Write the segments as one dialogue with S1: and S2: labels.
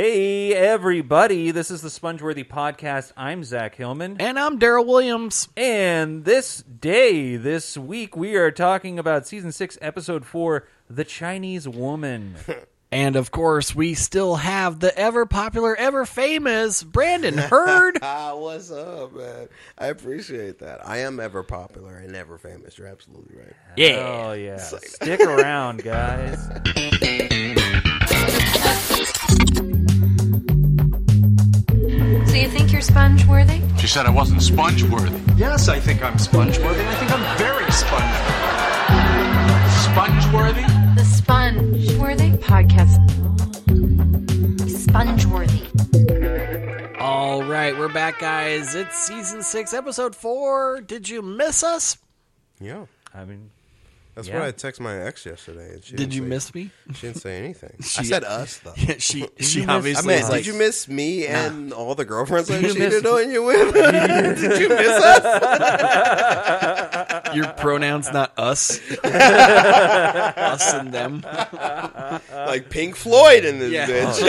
S1: Hey, everybody. This is the Spongeworthy Podcast. I'm Zach Hillman.
S2: And I'm Daryl Williams.
S1: And this day, this week, we are talking about season six, episode four The Chinese Woman.
S2: And of course, we still have the ever popular, ever famous Brandon Hurd.
S3: Ah, what's up, man? I appreciate that. I am ever popular and ever famous. You're absolutely right.
S1: Oh, yeah. Stick around, guys.
S4: So you think you're sponge worthy?
S5: She said I wasn't sponge worthy.
S6: Yes, I think I'm sponge worthy. I think I'm very sponge
S5: Sponge worthy?
S4: The sponge worthy podcast. Sponge worthy.
S2: All right, we're back, guys. It's season six, episode four. Did you miss us?
S3: Yeah.
S1: I mean,
S3: That's
S1: Yeah.
S3: what I text my ex yesterday. And she
S2: Did
S3: didn't
S2: you
S3: say-
S2: miss me?
S3: She didn't say anything. I said us though.
S2: she she
S3: I
S2: obviously
S3: mean,
S2: is
S3: did
S2: like,
S3: you miss me and all the girlfriends I
S1: you miss-
S3: cheated on you with? did you miss us?
S2: your pronouns not us, us and them.
S3: Like Pink Floyd in this
S2: Yeah. Oh,
S3: bitch.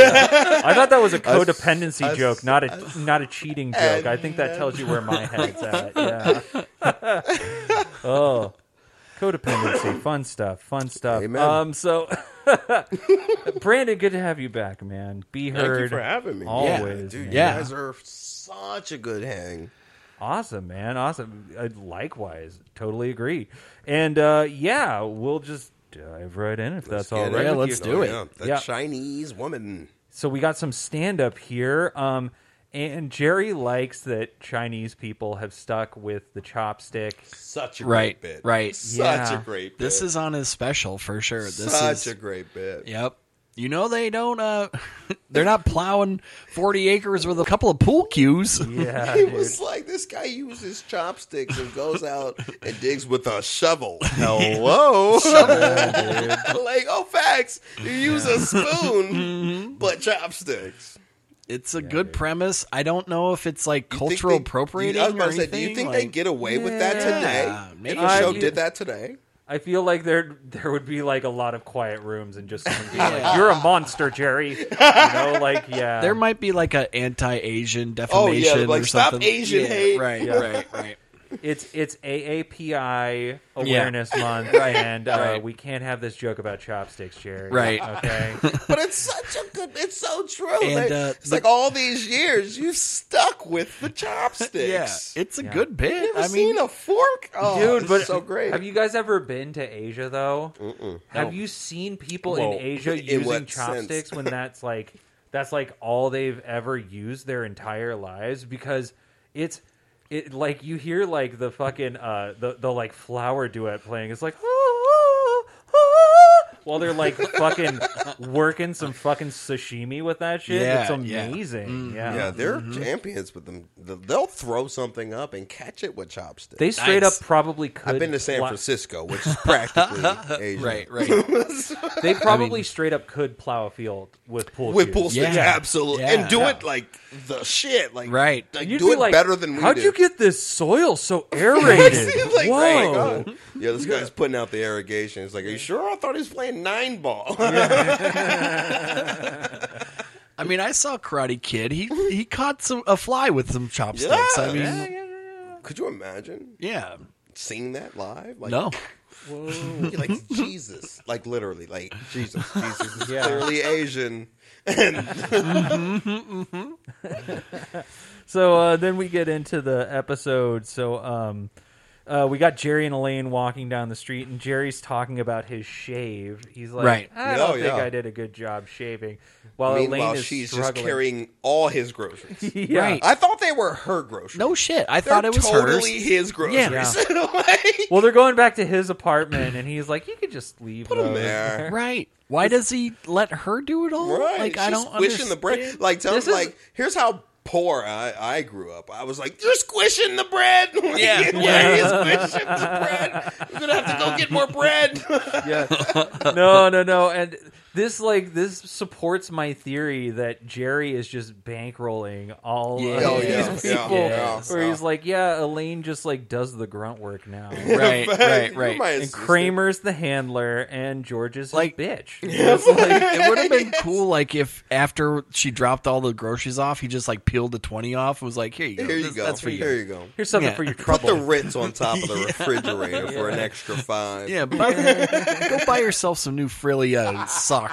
S1: I thought that was a codependency
S3: I-
S1: joke, not a not a cheating joke. I think that tells you where my head's at. Yeah. oh, codependency, fun stuff, fun stuff.
S3: Amen.
S1: Um, so Brandon, good to have you back, man. Be
S3: Thank
S1: heard
S3: you for having me.
S1: Always,
S3: dude.
S1: man.
S3: You
S2: Yeah.
S3: guys are such a good hang.
S1: Awesome, man. Awesome. Uh, likewise, totally agree. And uh, yeah, we'll just dive right in if that's all
S3: Get
S1: right.
S3: it.
S2: Yeah,
S1: with
S2: let's
S1: you.
S2: do it.
S3: Oh, Yeah, the
S1: Yeah.
S3: Chinese woman.
S1: so we got some stand up here um and jerry likes that chinese people have stuck with the chopstick
S3: Such a
S2: Right,
S3: great bit.
S2: right.
S3: Such
S1: Yeah.
S3: a great bit.
S2: This is on his special for sure. This
S3: such
S2: is
S3: a great bit.
S2: Yep. You know they don't. uh They're not plowing forty acres with a couple of pool cues.
S1: yeah
S3: He
S1: dude.
S3: was like, this guy uses chopsticks and goes out and digs with a shovel. Hello. like, oh, facts. You use a
S2: Mm-hmm.
S3: spoon, but chopsticks.
S2: It's a good premise. I don't know if it's like
S3: Think
S2: cultural
S3: they-
S2: appropriating
S3: I was about
S2: or
S3: to say,
S2: anything.
S3: do you think
S2: like,
S3: they get away with that
S2: Yeah,
S3: today?
S2: maybe.
S3: Maybe the show
S1: I-
S3: did that today.
S1: i feel like there there would be like a lot of quiet rooms and just someone being like you're a monster jerry you know like yeah
S2: there might be like a anti-Asian
S3: Oh, yeah,
S2: defamation
S3: like,
S2: or
S3: stop
S2: something.
S3: Asian
S2: Yeah,
S3: hate.
S2: Right,
S1: Yeah.
S2: right, right.
S1: it's it's aapi awareness month and uh,
S2: Right.
S1: we can't have this joke about chopsticks jerry
S2: Right.
S1: okay
S3: But it's such a good, it's so true.
S2: And,
S3: Like,
S2: uh,
S3: it's
S2: the-
S3: like all these years, you stuck with the
S2: Yeah,
S3: chopsticks.
S2: it's a
S1: Yeah.
S2: good bit.
S3: Never
S2: I mean,
S3: seen a fork? Oh,
S1: Dude, but
S3: so great.
S1: Have you guys ever been to Asia though? Have you seen people
S3: Well,
S1: in Asia
S3: in
S1: using
S3: what
S1: chopsticks
S3: sense?
S1: when that's like that's like all they've ever used their entire lives because it's it like you hear like the fucking uh the the like flower duet playing. It's like "Ah, while they're like fucking working some fucking sashimi with that shit.
S2: Yeah,
S1: it's
S2: yeah.
S1: amazing. Yeah.
S3: Yeah, they're champions with them. Th- They'll throw something up and catch it with chopsticks.
S1: They straight
S2: Nice.
S1: up probably could.
S3: I've been to San
S1: fly-
S3: Francisco, which is practically Asia.
S2: right, right.
S1: They probably straight up could plow a field with pool
S3: With
S1: cues.
S3: pool sticks,
S2: Yeah.
S3: absolutely,
S2: Yeah.
S3: and do it like the shit, like
S2: Right.
S3: like,
S1: You'd
S3: do
S1: be
S3: it
S1: like,
S3: better than we
S1: How'd
S3: do.
S1: you get this soil so aerated?
S3: like,
S1: Whoa.
S3: right, God. yeah, this guy's putting out the irrigation. It's like, are you sure? I thought he was playing nine ball.
S2: I mean, I saw Karate Kid. He he caught some a fly with some chopsticks. I mean, yeah.
S3: Could you imagine seeing that live? Like,
S2: No,
S3: You're like Jesus, like literally, like Jesus. Jesus is
S1: Yeah.
S3: clearly Asian.
S1: So uh, then we get into the episode. So um, uh, we got Jerry and Elaine walking down the street, and Jerry's talking about his shave. He's like,
S2: Right.
S1: I
S3: No,
S1: don't think
S3: Oh, yeah.
S1: I did a good job shaving.
S2: Uh,
S1: While
S3: Meanwhile,
S1: Elaine is
S3: she's
S1: struggling.
S3: just carrying all his groceries.
S1: yeah.
S2: Right.
S3: I thought they were her groceries.
S2: no shit. I
S3: They're
S2: thought it was
S3: totally
S2: hers.
S3: his groceries. Like,
S1: Well, they're going back to his apartment, and he's like, "You could just leave Put
S3: him there.
S2: Right. Why does he let her do it all?
S3: right?
S2: Like I
S3: she's
S2: don't
S3: squishing the bread.
S2: understand.
S3: Like tell
S1: This
S3: him,
S1: is-
S3: like here's how poor I, I grew up. I was like, you're squishing the bread. Like,
S2: Yeah.
S3: why are you squishing the bread? You're gonna have to go get more bread.
S1: Yeah. no, no, no. And this like this supports my theory that Jerry is just bankrolling all
S2: Yeah.
S1: of
S2: Oh,
S1: these
S2: yeah,
S3: yeah,
S1: people.
S2: yeah,
S1: where
S3: yeah.
S1: he's like, yeah, Elaine just like does the grunt work now.
S2: Right, right,
S3: You
S2: right.
S3: might as-
S1: And Kramer's the handler, and George is his
S2: Like-
S1: bitch.
S2: It's like, it would have been cool, like if after she dropped all the groceries off, he just like peeled the twenty off and was like, "Here you go,
S3: Here you
S2: This-
S3: go.
S2: that's for you."
S3: Here you go.
S1: Here's something
S2: Yeah.
S1: for your
S3: Put the
S1: trouble.
S3: Ritz on top of the refrigerator for an extra five.
S2: Yeah, buy, go buy yourself some new Frillia socks.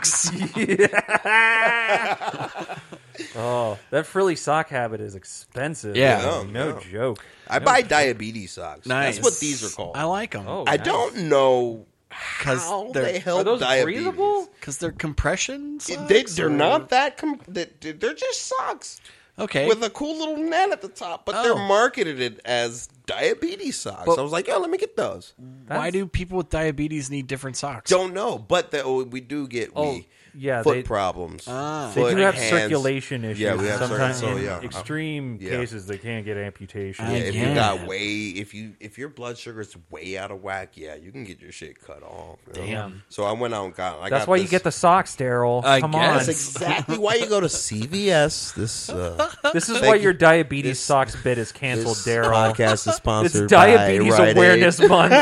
S1: oh, that frilly sock habit is expensive.
S2: Yeah.
S1: Oh,
S3: Yeah,
S1: no
S3: yeah.
S1: joke.
S3: I buy diabetes socks.
S2: Nice.
S3: That's what these are called.
S2: I like them.
S1: Oh,
S3: I
S1: nice.
S3: don't know how
S2: because
S3: they
S2: they're
S3: help
S1: Are those
S3: diabetes.
S1: breathable?
S2: because they're compression. Socks,
S3: They, they're
S2: or-
S3: not that. Com- they, they're just socks
S2: okay.
S3: with a cool little net at the top, but
S2: Oh.
S3: they're marketed it as diabetes socks.
S2: But-
S3: I was like, yo, let me get those.
S2: Why do people with diabetes need different socks?
S3: Don't know, but the, oh, we do get
S1: Oh,
S3: we
S1: yeah,
S3: foot
S1: they- ah.
S3: problems.
S1: They
S3: foot,
S1: do have
S3: hands.
S1: circulation issues.
S3: Yeah, we have
S1: Sometimes
S3: circulation,
S1: in
S3: so, yeah.
S1: extreme
S3: Yeah.
S1: cases, they can get amputation.
S2: I
S3: Yeah, if you
S2: Yeah.
S3: got way, if you if your blood sugar's way out of whack, yeah, you can get your shit cut off. you know?
S2: Damn.
S3: So I went out and got. I
S1: That's
S3: got
S1: why you
S3: this-
S1: get the socks, Daryl.
S2: I
S1: Come
S2: guess.
S3: That's exactly why you go to CVS. This uh,
S1: on. This is why
S3: you.
S1: your diabetes
S3: This-
S1: socks bit is canceled,
S3: this
S1: Daryl.
S3: podcast is
S1: It's
S3: sponsored.
S1: Diabetes
S3: by Rite Aid.
S1: Awareness Month.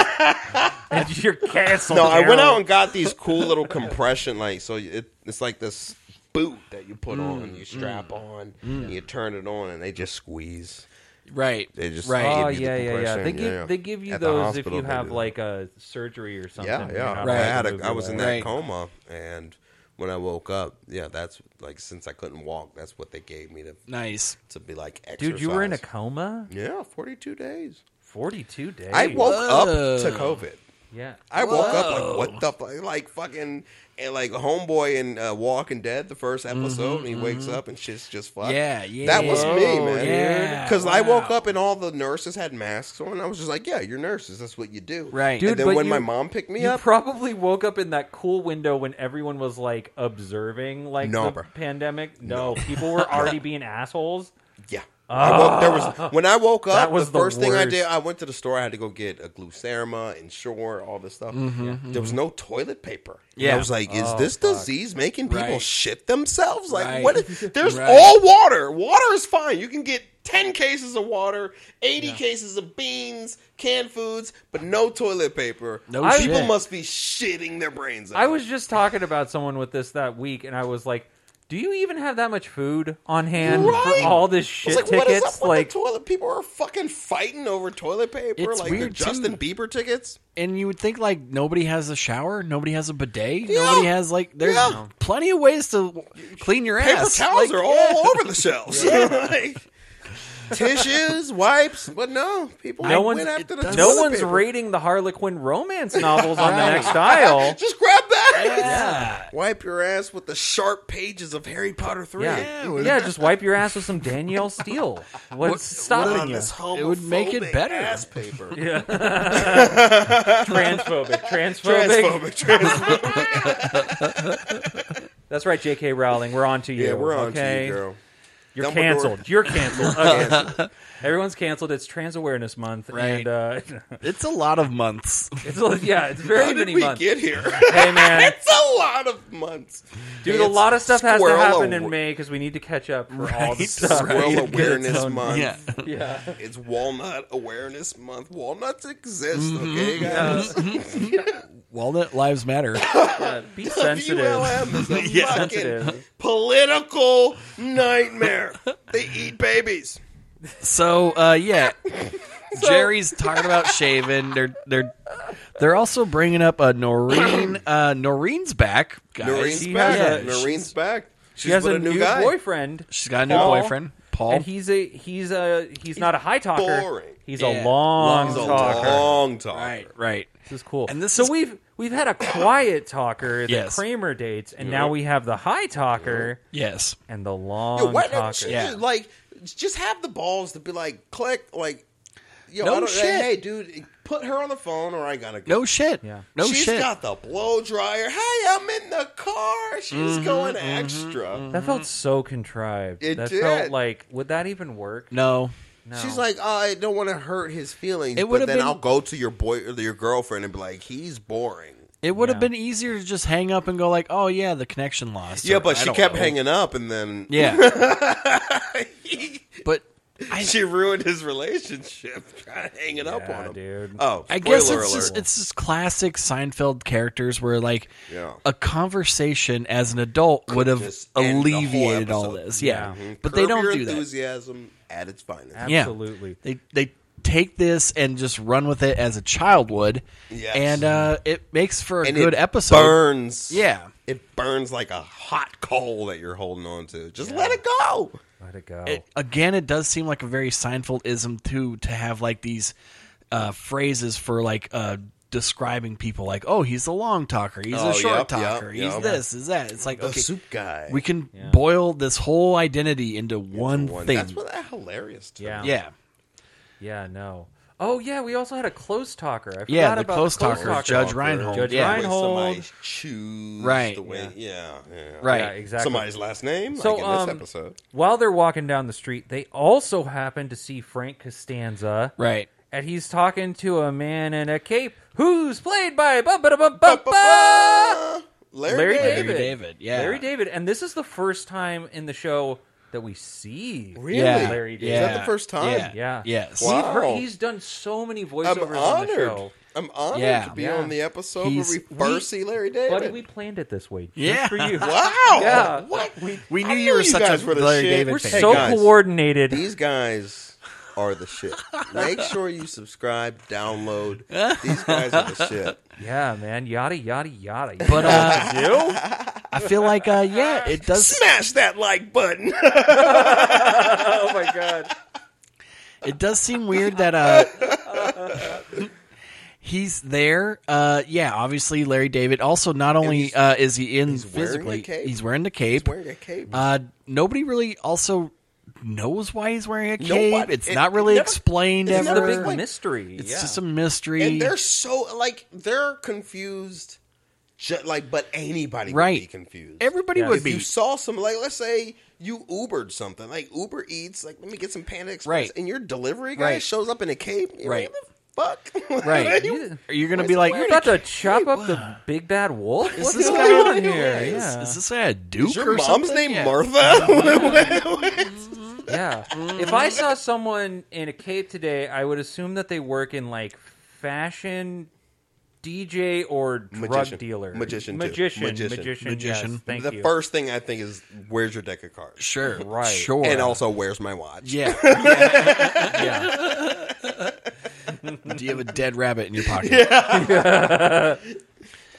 S1: and you're canceled.
S3: No, I went
S1: Daryl.
S3: out and got these cool little compression like so it, it's like this boot that you put
S1: Mm,
S3: on, you strap on, and you turn it on, and they just squeeze.
S2: Right.
S3: They just
S2: right.
S1: Oh
S3: give you the
S1: yeah, yeah, yeah. They
S3: compression,
S1: give
S3: yeah.
S1: they give you
S3: At the
S1: those if
S3: hospital,
S1: you
S3: they
S1: have
S3: do that.
S1: like a surgery or something.
S3: Yeah,
S1: You're
S3: yeah.
S1: not
S2: Right.
S3: I
S1: allowed to
S3: had
S1: move
S3: a, I
S1: your
S3: was in
S1: leg.
S3: that
S2: Right.
S3: coma, and when I woke up, yeah, that's like since I couldn't walk, that's what they gave me to
S2: Nice.
S3: to be like. Exercise.
S1: Dude, you were in a coma.
S3: yeah, forty two days.
S1: Forty-two days.
S3: I woke
S2: Whoa.
S3: up to COVID.
S1: Yeah.
S3: I woke up like what the fuck? like fucking and like homeboy in uh, Walking Dead the first episode and he wakes up and shit's just fucked.
S2: Mm-hmm, Yeah, yeah.
S3: That was me,
S1: Whoa,
S3: man.
S2: yeah,
S3: Cuz I woke
S2: wow.
S3: up and all the nurses had masks on. I was just like, yeah, you're nurses. That's what you do.
S2: Right.
S3: Dude,
S1: Dude,
S3: and then
S1: but
S3: when
S1: you-
S3: my mom picked me
S1: you
S3: up,
S1: probably woke up in that cool window when everyone was like observing like
S3: No,
S1: the
S3: bro.
S1: pandemic. No, people were already being assholes.
S3: yeah. I woke, there was when I woke up.
S1: That was
S3: the
S1: the
S3: first thing I did.
S1: worst.
S3: I went to the store. I had to go get a Glucerma and Shore, all this stuff. There was no toilet paper. And
S2: Yeah.
S3: I was like, "Is this disease making people
S2: Right.
S3: shit themselves? Like,
S2: Right.
S3: what? Is, there's
S2: Right.
S3: all water. Water is fine. You can get ten cases of water, eighty cases of beans, canned foods, but no toilet paper.
S2: No
S3: people
S2: shit.
S3: must be shitting their brains out.
S1: I was just talking about someone with this that week, and I was like, "Do you even have that much food on hand
S3: Right?
S1: for all this
S3: I was
S1: shit
S3: like,
S1: tickets?"
S3: what is up with
S1: like,
S3: the toilet? People are fucking fighting over toilet paper.
S2: It's
S3: like they're
S2: weird, too.
S3: Justin Bieber tickets.
S2: And you would think like nobody has a shower, nobody has a bidet,
S3: Yeah.
S2: nobody has like there's
S3: Yeah.
S2: plenty of ways to clean your
S3: paper
S2: ass.
S3: towels
S2: Like,
S3: are all over the shelves. Like, tissues, wipes, but no, people
S1: no
S3: went
S1: one's
S3: after the
S2: doesn't-
S1: no
S3: toilet
S1: one's
S3: paper.
S1: rating the Harlequin romance novels on the next aisle.
S3: Just grab that.
S2: Yeah.
S3: Wipe your ass with the sharp pages of Harry Potter three.
S1: Yeah, yeah, just wipe your ass with some Danielle Steele. What's stopping
S3: On
S1: you?
S3: this homophobic
S2: It would make it better.
S3: Ass paper.
S1: Transphobic, transphobic.
S3: Transphobic. Transphobic.
S1: That's right, J.K. Rowling. We're on to you.
S3: yeah, we're on
S1: okay?
S3: to you, girl.
S1: You're
S3: Dumbledore.
S1: canceled. You're canceled. Okay. Everyone's canceled. It's Trans Awareness Month,
S2: Right.
S1: and uh,
S2: It's a lot of months.
S1: it's a- yeah, it's very
S3: How did
S1: many
S3: we
S1: months.
S3: get here?
S1: Hey man,
S3: it's a lot of months,
S1: dude, a lot of stuff has to
S3: squirrel
S1: happen in
S3: awa-
S1: May because we need to catch up for all the
S2: Right,
S1: stuff.
S3: Squirrel
S2: Right.
S3: Awareness Month.
S2: Yeah.
S1: Yeah,
S3: It's Walnut Awareness Month. Walnuts exist, okay, guys?
S2: Walnut lives matter.
S1: uh, be sensitive.
S3: ULM is a
S2: Yeah.
S3: fucking
S1: Sensitive.
S3: political nightmare. they eat babies.
S2: So uh, yeah, Jerry's talking about shaving. They're they're they're also bringing up a Noreen. Uh, Noreen's back, guys.
S3: Noreen's
S1: she
S3: back.
S1: has a-
S3: Noreen's back. She's
S1: She has
S3: with
S1: a,
S3: a, new
S1: new
S3: guy.
S1: boyfriend,
S2: She's got a new
S1: Paul.
S2: boyfriend, Paul.
S1: and he's a he's a he's not a high talker.
S3: boring.
S1: He's a
S2: Yeah.
S1: long
S3: He's a
S1: talker.
S3: long talker.
S2: right, right.
S1: This is cool.
S2: And this
S1: so
S2: is-
S1: we've we've had a quiet talker that
S2: Yes.
S1: Kramer dates, and now we have the high talker
S2: Yes.
S1: and the long
S3: Yo, why don't
S1: talker.
S3: you
S2: Yeah.
S3: just, like just have the balls to be like click like yo,
S2: No
S3: I don't,
S2: shit.
S3: hey dude, put her on the phone or I gotta go.
S2: No shit.
S1: Yeah.
S2: No
S3: She's
S2: shit.
S3: got the blow dryer. Hey, I'm in the car. She's going extra.
S1: That felt so contrived.
S3: Mm-hmm. It
S1: that
S3: did.
S1: felt like would that even work?
S2: no.
S1: No.
S3: She's like, oh, I don't want to hurt his feelings,
S2: It
S3: but
S2: would've
S3: then
S2: been-
S3: I'll go to your boy or your girlfriend and be like, he's boring.
S2: It would
S1: Yeah.
S2: have been easier to just hang up and go like, "Oh yeah, the connection lost."
S3: Yeah,
S2: or
S3: but
S2: I
S3: she
S2: don't
S3: kept
S2: know.
S3: hanging up, and then
S2: Yeah, but I,
S3: she ruined his relationship trying to hang it up
S1: Yeah,
S3: on him,
S1: dude.
S3: Oh,
S2: I guess
S3: spoiler
S2: it's
S3: alert.
S2: just it's just classic Seinfeld characters where like
S3: Yeah.
S2: a conversation as an adult would have
S3: just end the whole
S2: alleviated all
S3: episode. Mm-hmm.
S2: this. Yeah,
S1: Yeah.
S2: but
S3: Curb
S2: they don't
S3: your
S2: do that.
S3: enthusiasm at its finest.
S2: Yeah.
S1: Absolutely.
S2: They they take this and just run with it as a child would,
S3: Yes.
S2: and uh, it makes for a
S3: And
S2: good
S3: it
S2: episode.
S3: Burns.
S2: Yeah.
S3: It burns like a hot coal that you're holding on to. Just let it go.
S1: Let it go.
S2: It, again, it does seem like a very Seinfeldism too to have like these uh, phrases for like uh, describing people, like "Oh, he's a long talker, he's
S3: Oh,
S2: a short
S3: yep, yep,
S2: talker, he's
S3: yep.
S2: this, is that." It's like
S3: The
S2: okay,
S3: soup guy.
S2: we can boil this whole identity into one
S3: One-
S2: thing.
S3: That's what that hilarious. To
S1: yeah.
S2: yeah,
S1: Yeah, no. Oh yeah, we also had a close talker. I forgot
S2: yeah. The
S1: about
S2: close talker, Judge
S1: talker.
S2: Reinhold.
S1: Judge
S2: yeah,
S1: Reinhold.
S3: Somebody choose
S2: Right.
S3: The way, yeah. yeah.
S2: right.
S1: Yeah, exactly.
S3: Somebody's last name.
S1: So,
S3: like in this
S1: um,
S3: episode.
S1: While they're walking down the street, they also happen to see Frank Costanza.
S2: Right.
S1: And he's talking to a man in a cape who's played by ba ba ba ba ba
S3: Larry,
S1: Larry
S3: David.
S1: David.
S2: Larry David, yeah.
S1: Larry David. And this is the first time in the show that we see.
S3: Really?
S2: Yeah,
S1: Larry David.
S2: yeah,
S3: Is that the first time?
S2: Yeah,
S1: Yeah.
S2: yes.
S1: We've
S3: Wow.
S1: heard- he's done so many
S3: I'm
S1: voiceovers on the
S3: honored.
S1: show.
S3: I'm honored
S2: Yeah.
S3: to be
S1: Yeah.
S3: on the episode
S2: He's-
S3: where we first
S1: we-
S3: see Larry David.
S1: Buddy, we planned it this way. Just
S2: Yeah.
S1: for you.
S3: wow.
S1: Yeah.
S3: What? We,
S2: We
S3: I
S2: knew
S3: knew
S2: you were
S3: you
S2: such
S3: guys
S2: a
S3: were the
S2: Larry
S3: shit.
S2: David
S1: We're
S2: fan.
S3: Hey,
S1: so
S3: guys.
S1: coordinated.
S3: These guys are the shit. Make sure you subscribe, download. These guys are the shit.
S1: yeah, man. Yada yada yada.
S2: But uh, I feel like uh, yeah, it does.
S3: Smash that like button.
S1: oh my god.
S2: It does seem weird that uh he's there. Uh yeah, obviously Larry David. Also not only
S3: he's-
S2: uh is he in
S3: wearing
S2: physically
S3: the cape.
S2: he's wearing the cape.
S3: Wearing a cape.
S2: uh nobody really also knows why he's wearing a cape.
S3: Nobody-
S2: It's
S3: it-
S2: not really
S3: it never-
S2: explained
S3: it's
S1: It's the
S2: ever.
S3: never
S1: big
S3: explained.
S1: mystery.
S2: it's
S1: yeah.
S2: just a mystery.
S3: and they're so like they're confused. Ju- like, but anybody would be
S2: Right.
S3: confused.
S2: Everybody
S1: Yeah.
S2: would
S3: if
S2: be
S3: you saw some, like, let's say you Ubered something, like Uber Eats, like, let me get some Panda Express,
S2: Right.
S3: and your delivery guy
S2: Right.
S3: shows up in a cape. You're like,
S2: Right.
S3: what the fuck?
S2: right.
S1: You-
S2: Are you gonna be like
S1: You're about to chop up the big bad wolf?
S2: is
S1: What's
S2: this
S1: going
S2: guy
S1: on
S2: here?
S1: here?
S2: Is-
S1: Yeah.
S2: Is, this guy a Duke
S3: Is your
S2: or
S3: mom's
S2: something?
S3: name
S2: Yeah.
S3: Martha?
S1: yeah.
S3: Mm.
S1: If I saw someone in a cape today, I would assume that they work in like fashion, DJ, or drug
S3: Magician.
S1: dealer.
S3: Magician, too.
S1: Magician,
S3: Magician.
S1: magician, magician.
S2: Magician.
S1: Yes, thank
S3: the
S1: you.
S3: first thing I think is, where's your deck of cards?
S2: Sure.
S1: Right.
S2: Sure.
S3: And also, where's my watch?
S2: Yeah.
S1: yeah.
S2: Do you have a dead rabbit in your pocket?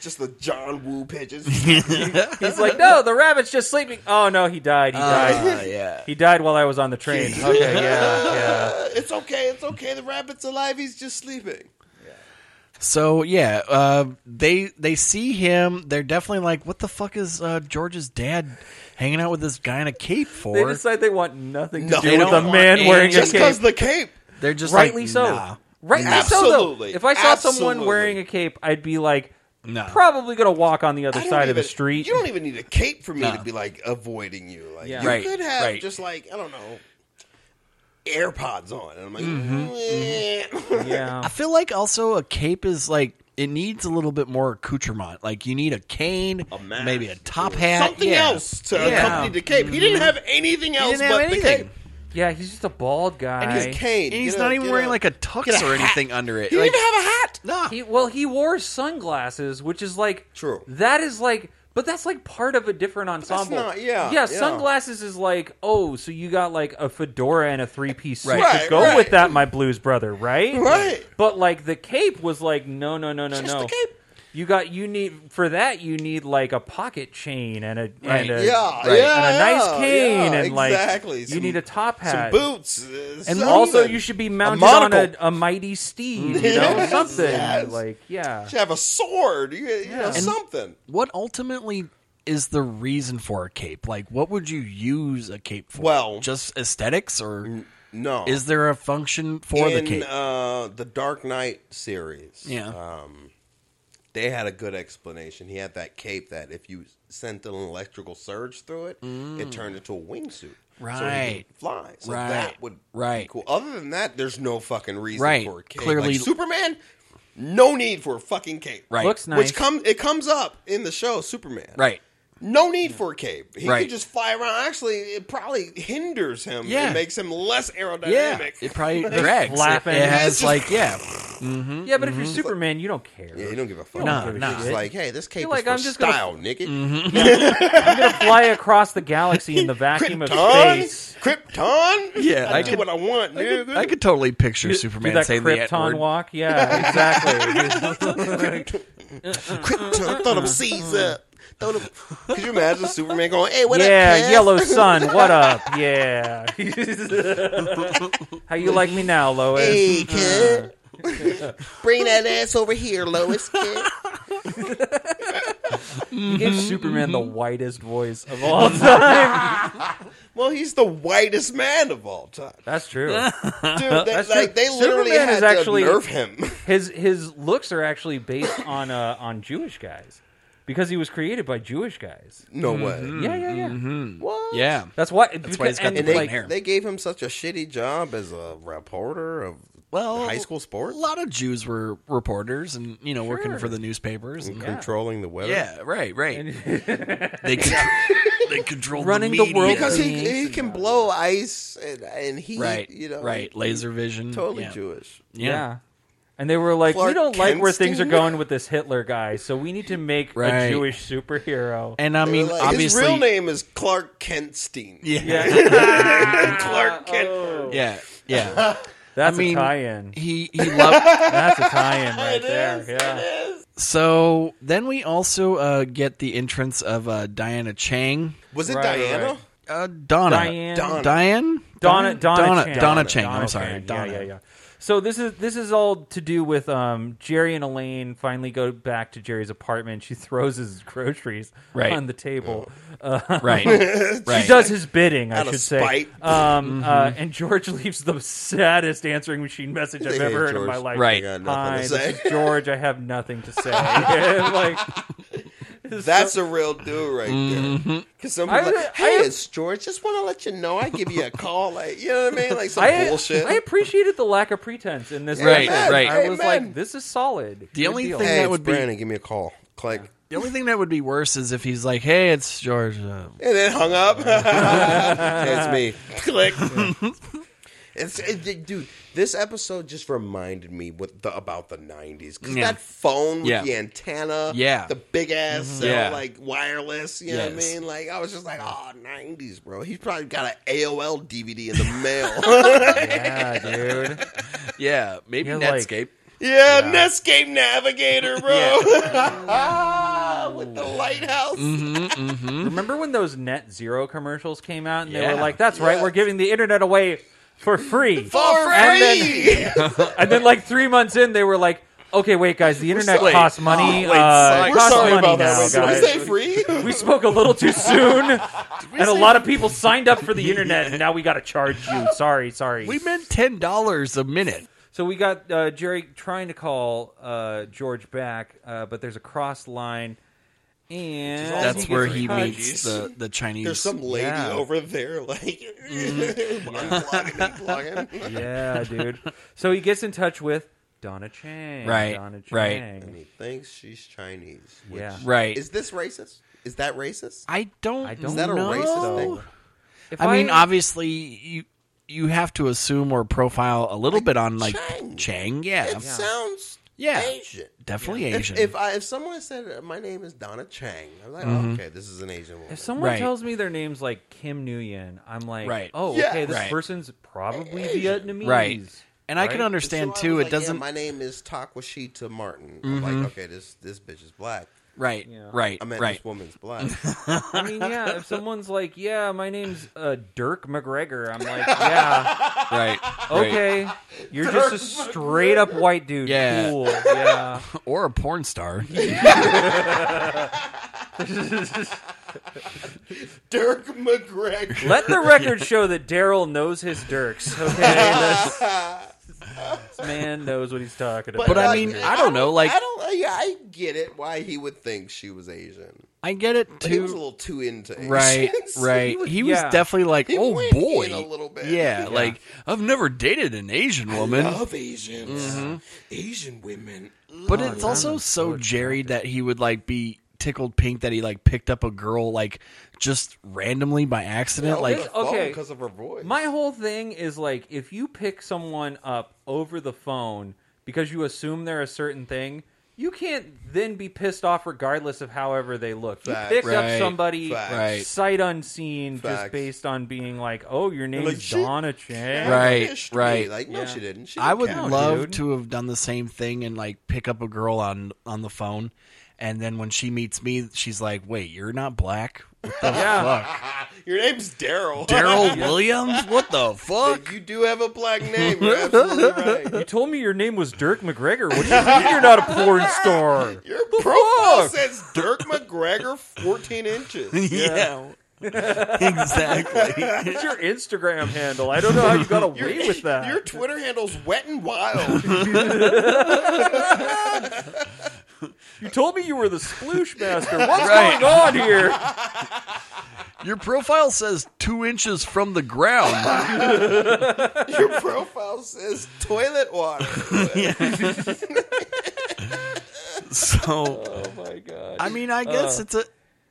S3: Just the John Woo pigeons.
S1: He's like, no, the rabbit's just sleeping. Oh no, he died. He died.
S2: Uh, yeah.
S1: He died while I was on the train. Okay, yeah, yeah.
S3: it's okay, it's okay. The rabbit's alive. He's just sleeping.
S2: So yeah, uh, they they see him. They're definitely like, "What the fuck is uh, George's dad hanging out with this guy in a cape for?"
S1: They decide they want nothing to
S3: No,
S1: do
S3: they
S1: with a
S2: don't want
S1: man wearing a
S3: Just because
S1: cape.
S3: the cape.
S2: are just
S1: Rightly
S2: like,
S1: so.
S2: "Nah."
S1: Rightly so,
S3: Absolutely.
S1: though. If I saw someone
S3: Absolutely.
S1: wearing a cape, I'd be like,
S2: No.
S1: probably going to walk on the other
S3: I don't
S1: side of the
S3: even-
S1: street.
S3: You don't even need a cape for me
S2: No.
S3: to be like avoiding you. Like
S1: Yeah.
S3: you
S2: Right,
S3: could have
S2: right.
S3: just like I don't know AirPods on, and I'm like,
S1: Mm-hmm.
S3: eh.
S1: yeah.
S2: I feel like also a cape is like it needs a little bit more accoutrement. Like you need a cane,
S3: A mask.
S2: maybe a top hat,
S3: something
S2: yeah.
S3: else to
S2: Yeah.
S3: accompany the cape. He
S1: Mm-hmm.
S3: didn't have anything else
S2: didn't have
S3: but the
S2: anything.
S3: cape
S1: Yeah, he's just a bald guy.
S3: and his cane.
S2: And he's
S3: Get
S2: not
S3: a-
S2: even
S3: get
S2: wearing
S3: a-
S2: like a tux
S3: get a
S2: or
S3: hat.
S2: anything under it.
S3: He
S2: like,
S3: didn't even have a hat.
S2: nah.
S1: He- well, he wore sunglasses, which is like
S3: True.
S1: That is like, but that's like part of a different ensemble.
S3: not- yeah,
S1: yeah.
S3: yeah.
S1: Sunglasses is like, oh, so you got like a fedora and a three piece suit
S2: Right.
S1: to
S3: Right,
S1: go
S3: right.
S1: with that, my blues brother, right?
S3: Right.
S1: But like the cape was like, no, no, no, no,
S3: Just
S1: no.
S3: the cape.
S1: You got you need for that. You need like a pocket chain and a and a,
S2: Right.
S3: Yeah,
S2: Right.
S3: yeah,
S1: and a nice
S3: yeah,
S1: cane
S3: yeah,
S1: and like
S3: exactly.
S1: you
S3: Some-
S1: need a top
S3: Some
S1: hat,
S3: boots, uh,
S2: And
S1: and
S3: something.
S1: also you should be mounted on a,
S3: monocle.
S1: a mighty steed, you know,
S3: Yes,
S1: something
S3: yes.
S1: like yeah.
S3: You should have a sword. You, you know
S1: And-
S3: something.
S2: What ultimately is the reason for a cape? Like, what would you use a cape for?
S3: Well-
S2: just aesthetics, or
S3: No,
S2: is there a function for the
S3: in
S2: cape?
S3: uh, the Dark Knight series.
S2: Yeah.
S3: um, they had a good explanation. He had that cape that if you sent an electrical surge through it, it turned into a wingsuit.
S2: Mm.
S3: So he
S2: Right.
S3: could fly. So
S2: Right.
S3: that would be
S2: Right.
S3: cool. Other than that, there's no fucking reason
S2: Right.
S3: for a cape.
S2: Clearly-
S3: Like Superman. No need for a fucking cape.
S2: Right.
S1: Looks nice.
S3: Which comes it comes up in the show Superman.
S2: Right.
S3: No need for a cape. He
S2: Right.
S3: could just fly around. Actually, it probably hinders him.
S2: Yeah.
S3: It makes him less aerodynamic.
S2: Yeah. It probably drags. It,
S1: flapping.
S2: it
S3: It's
S2: has
S3: just-
S2: like yeah.
S1: Yeah, but if
S2: Mm-hmm.
S1: you're Superman, you don't care.
S3: Yeah, you don't give a fuck.
S2: Nah,
S1: give a
S2: nah.
S3: It's
S1: shit.
S3: like, hey, this cape
S1: You're like,
S3: is for
S1: I'm just gonna- Mm-hmm.
S3: style, nigga.
S1: I'm gonna fly across the galaxy in the vacuum of space.
S3: Krypton, Krypton.
S2: Yeah,
S3: I,
S2: I
S3: do
S2: could-
S3: what I want, nigga.
S2: I could totally picture
S1: Do
S2: Superman
S1: that
S2: saying the N
S1: Krypton
S2: word.
S1: walk? Yeah, exactly.
S3: Krypton, throw them C's up. Throw them. Could you imagine Superman going, "Hey, what up,
S1: yeah,
S3: cuz?"
S1: yellow sun. What up? Yeah. How you like me now, Lois?
S3: Hey, kid.
S1: Uh-huh.
S3: Bring that ass over here, Lois. Kid.
S1: You gave Superman the whitest voice of all time.
S3: Well, he's the whitest man of all time,
S1: That's true.
S3: dude. They,
S1: Uh-huh. That's true.
S3: like they literally
S1: Superman
S3: had
S1: is
S3: to
S1: actually-
S3: nerf him.
S1: His his looks are actually based on uh, on Jewish guys because he was created by Jewish guys.
S2: Mm-hmm.
S3: no way.
S1: Yeah, yeah, yeah.
S3: What?
S2: Yeah.
S1: That's why.
S2: Mm-hmm. That's why he's got the
S3: And they,
S2: Like- hair.
S3: they gave him such a shitty job as a reporter of
S2: Well,
S3: high school
S2: A
S3: sports,
S2: lot of Jews were reporters and you know working for the newspapers. And,
S3: controlling the weather.
S2: yeah. Right. Right. they con- they control
S1: Running the
S2: the, media.
S1: world
S3: because he
S1: Yeah.
S3: he can blow ice and, and he
S2: right.
S3: you know
S2: right. Laser vision.
S3: totally
S2: yeah.
S3: Jewish.
S1: Yeah. And they were like, we
S3: Clark
S1: don't like where things are
S3: Kenston?
S1: going with this Hitler guy, so we need to make a
S2: Right.
S1: Jewish superhero.
S2: And I
S3: They were
S2: mean,
S3: like,
S2: obviously,
S3: his real name is Clark Kentstein.
S2: Yeah.
S3: Clark Kent.
S2: Yeah. Yeah.
S1: That's
S2: I mean,
S1: a tie-in.
S2: he he loved.
S1: That's a tie-in right there. yeah.
S2: so then we also uh, get the entrance of uh, Diana Chang.
S3: Was it
S1: Right,
S3: Diana?
S1: right.
S2: Uh, Donna.
S1: Diane.
S2: Diane.
S1: Donna.
S2: Diane?
S1: Donna Donna
S2: Donna,
S1: Chang.
S2: Donna Chang.
S1: Donna
S2: I'm sorry.
S1: Chang.
S2: Donna.
S1: Yeah, yeah, yeah. So this is this is all to do with um, Jerry and Elaine finally go back to Jerry's apartment. She throws his groceries
S2: Right.
S1: on the table.
S2: Right. right.
S1: She does his bidding, I
S3: Oh, Out of
S1: should say.
S3: spite.
S1: Um, uh,
S2: Mm-hmm.
S1: and George leaves the saddest answering machine message I've
S3: Hey,
S1: ever heard in
S3: George.
S1: my life.
S2: Right.
S3: I got
S1: Hi,
S3: nothing
S1: this
S3: to say.
S1: is George. I have nothing to say. like,
S3: That's a real dude right
S2: Mm-hmm.
S3: there. Because some
S1: I-
S3: people like,
S1: I-
S3: hey, it's George. Just want to let you know I give you a call. Like, you know what I mean? Like some
S1: I,
S3: bullshit.
S1: I appreciated the lack of pretense in this.
S2: Right,
S1: episode.
S2: right.
S1: I was
S3: Amen.
S1: like, this is solid.
S2: The
S1: Good
S2: only
S1: deal.
S2: thing-
S3: hey,
S2: that
S3: it's
S2: would be-
S3: Brandon. Give me a call. Click.
S2: The only thing that would be worse is if he's like, "Hey, it's George." Uh,
S3: And then hung up. it's me. Click. It's, it, dude, this episode just reminded me what the, about the '90s because
S2: Yeah.
S3: that phone with
S2: Yeah.
S3: the antenna,
S2: Yeah. Mm-hmm.
S3: the big ass, cell,
S2: Yeah.
S3: like wireless. You know what I
S2: Yes.
S3: mean? Like I was just like, oh, '90s, bro. He's probably got an AOL DVD in the mail.
S1: yeah, dude.
S2: yeah, maybe
S1: You're like-
S2: Netscape.
S3: yeah, Netscape Navigator, bro. Ah, with the lighthouse.
S2: Mm-hmm.
S1: Remember when those net zero commercials came out and they
S2: Yeah.
S1: were like, "That's right,
S3: Yes.
S1: we're giving the internet away for free."
S3: For
S1: And
S3: free.
S1: then, and then like 3 months in they were like, "Okay, wait guys, the internet
S2: sorry.
S1: costs money.
S2: Oh, wait,
S1: uh,
S2: sorry.
S1: it
S3: We're
S1: costs
S3: sorry
S1: money
S3: about
S1: now,
S3: that. Did we
S1: guys.
S3: say free?
S1: We spoke a little too soon, and a lot of people signed up for the internet, and now we got to charge you. Sorry, sorry.
S2: We meant ten dollars a minute.
S1: So we got uh, Jerry trying to call uh, George back, uh, but there's a cross line, and
S2: That's
S1: gets
S2: where he
S1: cut.
S2: meets the the Chinese.
S3: There's some lady
S1: Yeah.
S3: over there, like
S2: Mm-hmm.
S3: unplugging, unplugging.
S1: Yeah, dude. So he gets in touch with Donna Chang.
S2: Right,
S1: Donna
S2: right.
S3: And
S1: Chang.
S3: he thinks she's Chinese. Which,
S1: Yeah.
S2: right.
S3: Is this racist? Is that racist?
S2: I don't.
S1: I
S2: I
S1: don't
S3: Is that a
S1: know.
S3: racist thing?
S1: If
S2: I mean, obviously, you you have to assume or profile a little bit on like
S3: Chang.
S2: Chang. yeah,
S3: It sounds
S2: Yeah.
S3: Asian.
S2: definitely
S3: If-
S2: Asian.
S3: If, I, if someone said my name is Donna Chang, I'm like,
S2: Mm-hmm.
S3: oh, okay, this is an Asian woman.
S1: If someone
S2: Right.
S1: tells me their name's like Kim Nguyen, I'm like,
S2: Right.
S1: oh,
S3: Yeah.
S1: okay, this
S2: Right.
S1: person's probably Vietnamese.
S2: right, and I can
S1: Right?
S3: So I
S2: understand
S3: was
S2: too.
S3: like,
S2: it
S3: yeah,
S2: doesn't.
S3: my name is Takwashita Martin. I'm like, okay, this this bitch is black.
S2: right,
S1: Yeah.
S2: right,
S3: I meant
S2: right.
S3: this woman's black.
S1: I mean, yeah, if someone's like, yeah, my name's uh, Dirk McGregor, I'm like, yeah,
S2: right.
S1: okay, you're just a straight up white dude.
S2: Yeah.
S1: Cool. Yeah.
S2: Or a porn star.
S3: Dirk McGregor.
S1: Let the record show that Daryl knows his Dirks. Okay, That's- this man knows what he's talking about.
S2: But I
S3: like,
S2: mean, I don't know, like-
S3: I don't. Yeah, I get it. Why he would think she was Asian.
S2: I get it
S3: But he was a
S2: too.
S3: little too into Asians.
S2: Right, right. He
S1: He
S2: was,
S1: was- yeah.
S2: definitely like,
S3: He
S2: oh
S3: went
S2: boy,
S3: in a little bit.
S2: Yeah, like I've never dated an Asian woman. Mm-hmm.
S3: Love Asians. Asian women.
S2: But it's also so Jerry that he would like be tickled pink that he like picked up a girl like just randomly by accident. Like
S1: okay.
S3: because of her voice.
S1: My whole thing is like if you pick someone up over the phone because you assume they're a certain thing, you can't then be pissed off regardless of however they look. You
S3: Facts.
S1: picked
S2: Right.
S1: up somebody
S3: Facts.
S2: Right.
S1: sight unseen
S3: Facts.
S1: just based on being like, "Oh, your name's
S3: like, she-
S1: Donna Chan."
S2: Right.
S3: History.
S2: right.
S3: Like no,
S1: Yeah.
S3: she didn't. She didn't
S2: I would
S3: count.
S2: love
S1: dude.
S2: to have done the same thing and like pick up a girl on on the phone, and then when she meets me, she's like, "Wait, you're not black? What the fuck,
S3: Your name's Daryl.
S2: Daryl Williams? What the fuck?"
S3: you do have a black name. You're absolutely right.
S1: You told me your name was Dirk McGregor. What do you mean you're not a porn star?
S3: Your profile says Dirk McGregor, fourteen inches.
S2: Yeah. exactly.
S1: It's your Instagram handle. I don't know how you got away with that.
S3: Your Twitter handle's wet and wild.
S1: You told me you were the sploosh master. What's
S2: Right.
S1: going on here?
S2: Your profile says two inches from the ground.
S3: Your profile says toilet water.
S2: So,
S1: Oh my god.
S2: I mean, I guess it's a,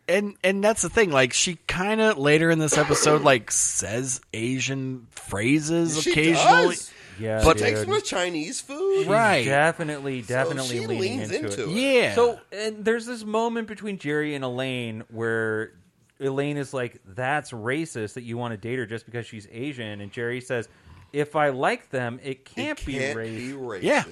S2: and and that's the thing. Like, she kind of later in this episode, like, says Asian phrases
S3: She
S2: occasionally.
S3: does.
S1: Yeah,
S2: But-
S3: Takes
S1: dude.
S3: from the Chinese food.
S2: Right?
S1: definitely,
S3: So
S1: definitely
S3: she
S1: leaning
S3: leans
S1: into, it.
S2: Yeah.
S1: So, and there's this moment between Jerry and Elaine where Elaine is like, "That's racist that you want to date her just because she's Asian," and Jerry says, "If I like them, it can't,
S3: It
S1: be
S3: can't
S1: race."
S3: be racist.
S2: Yeah.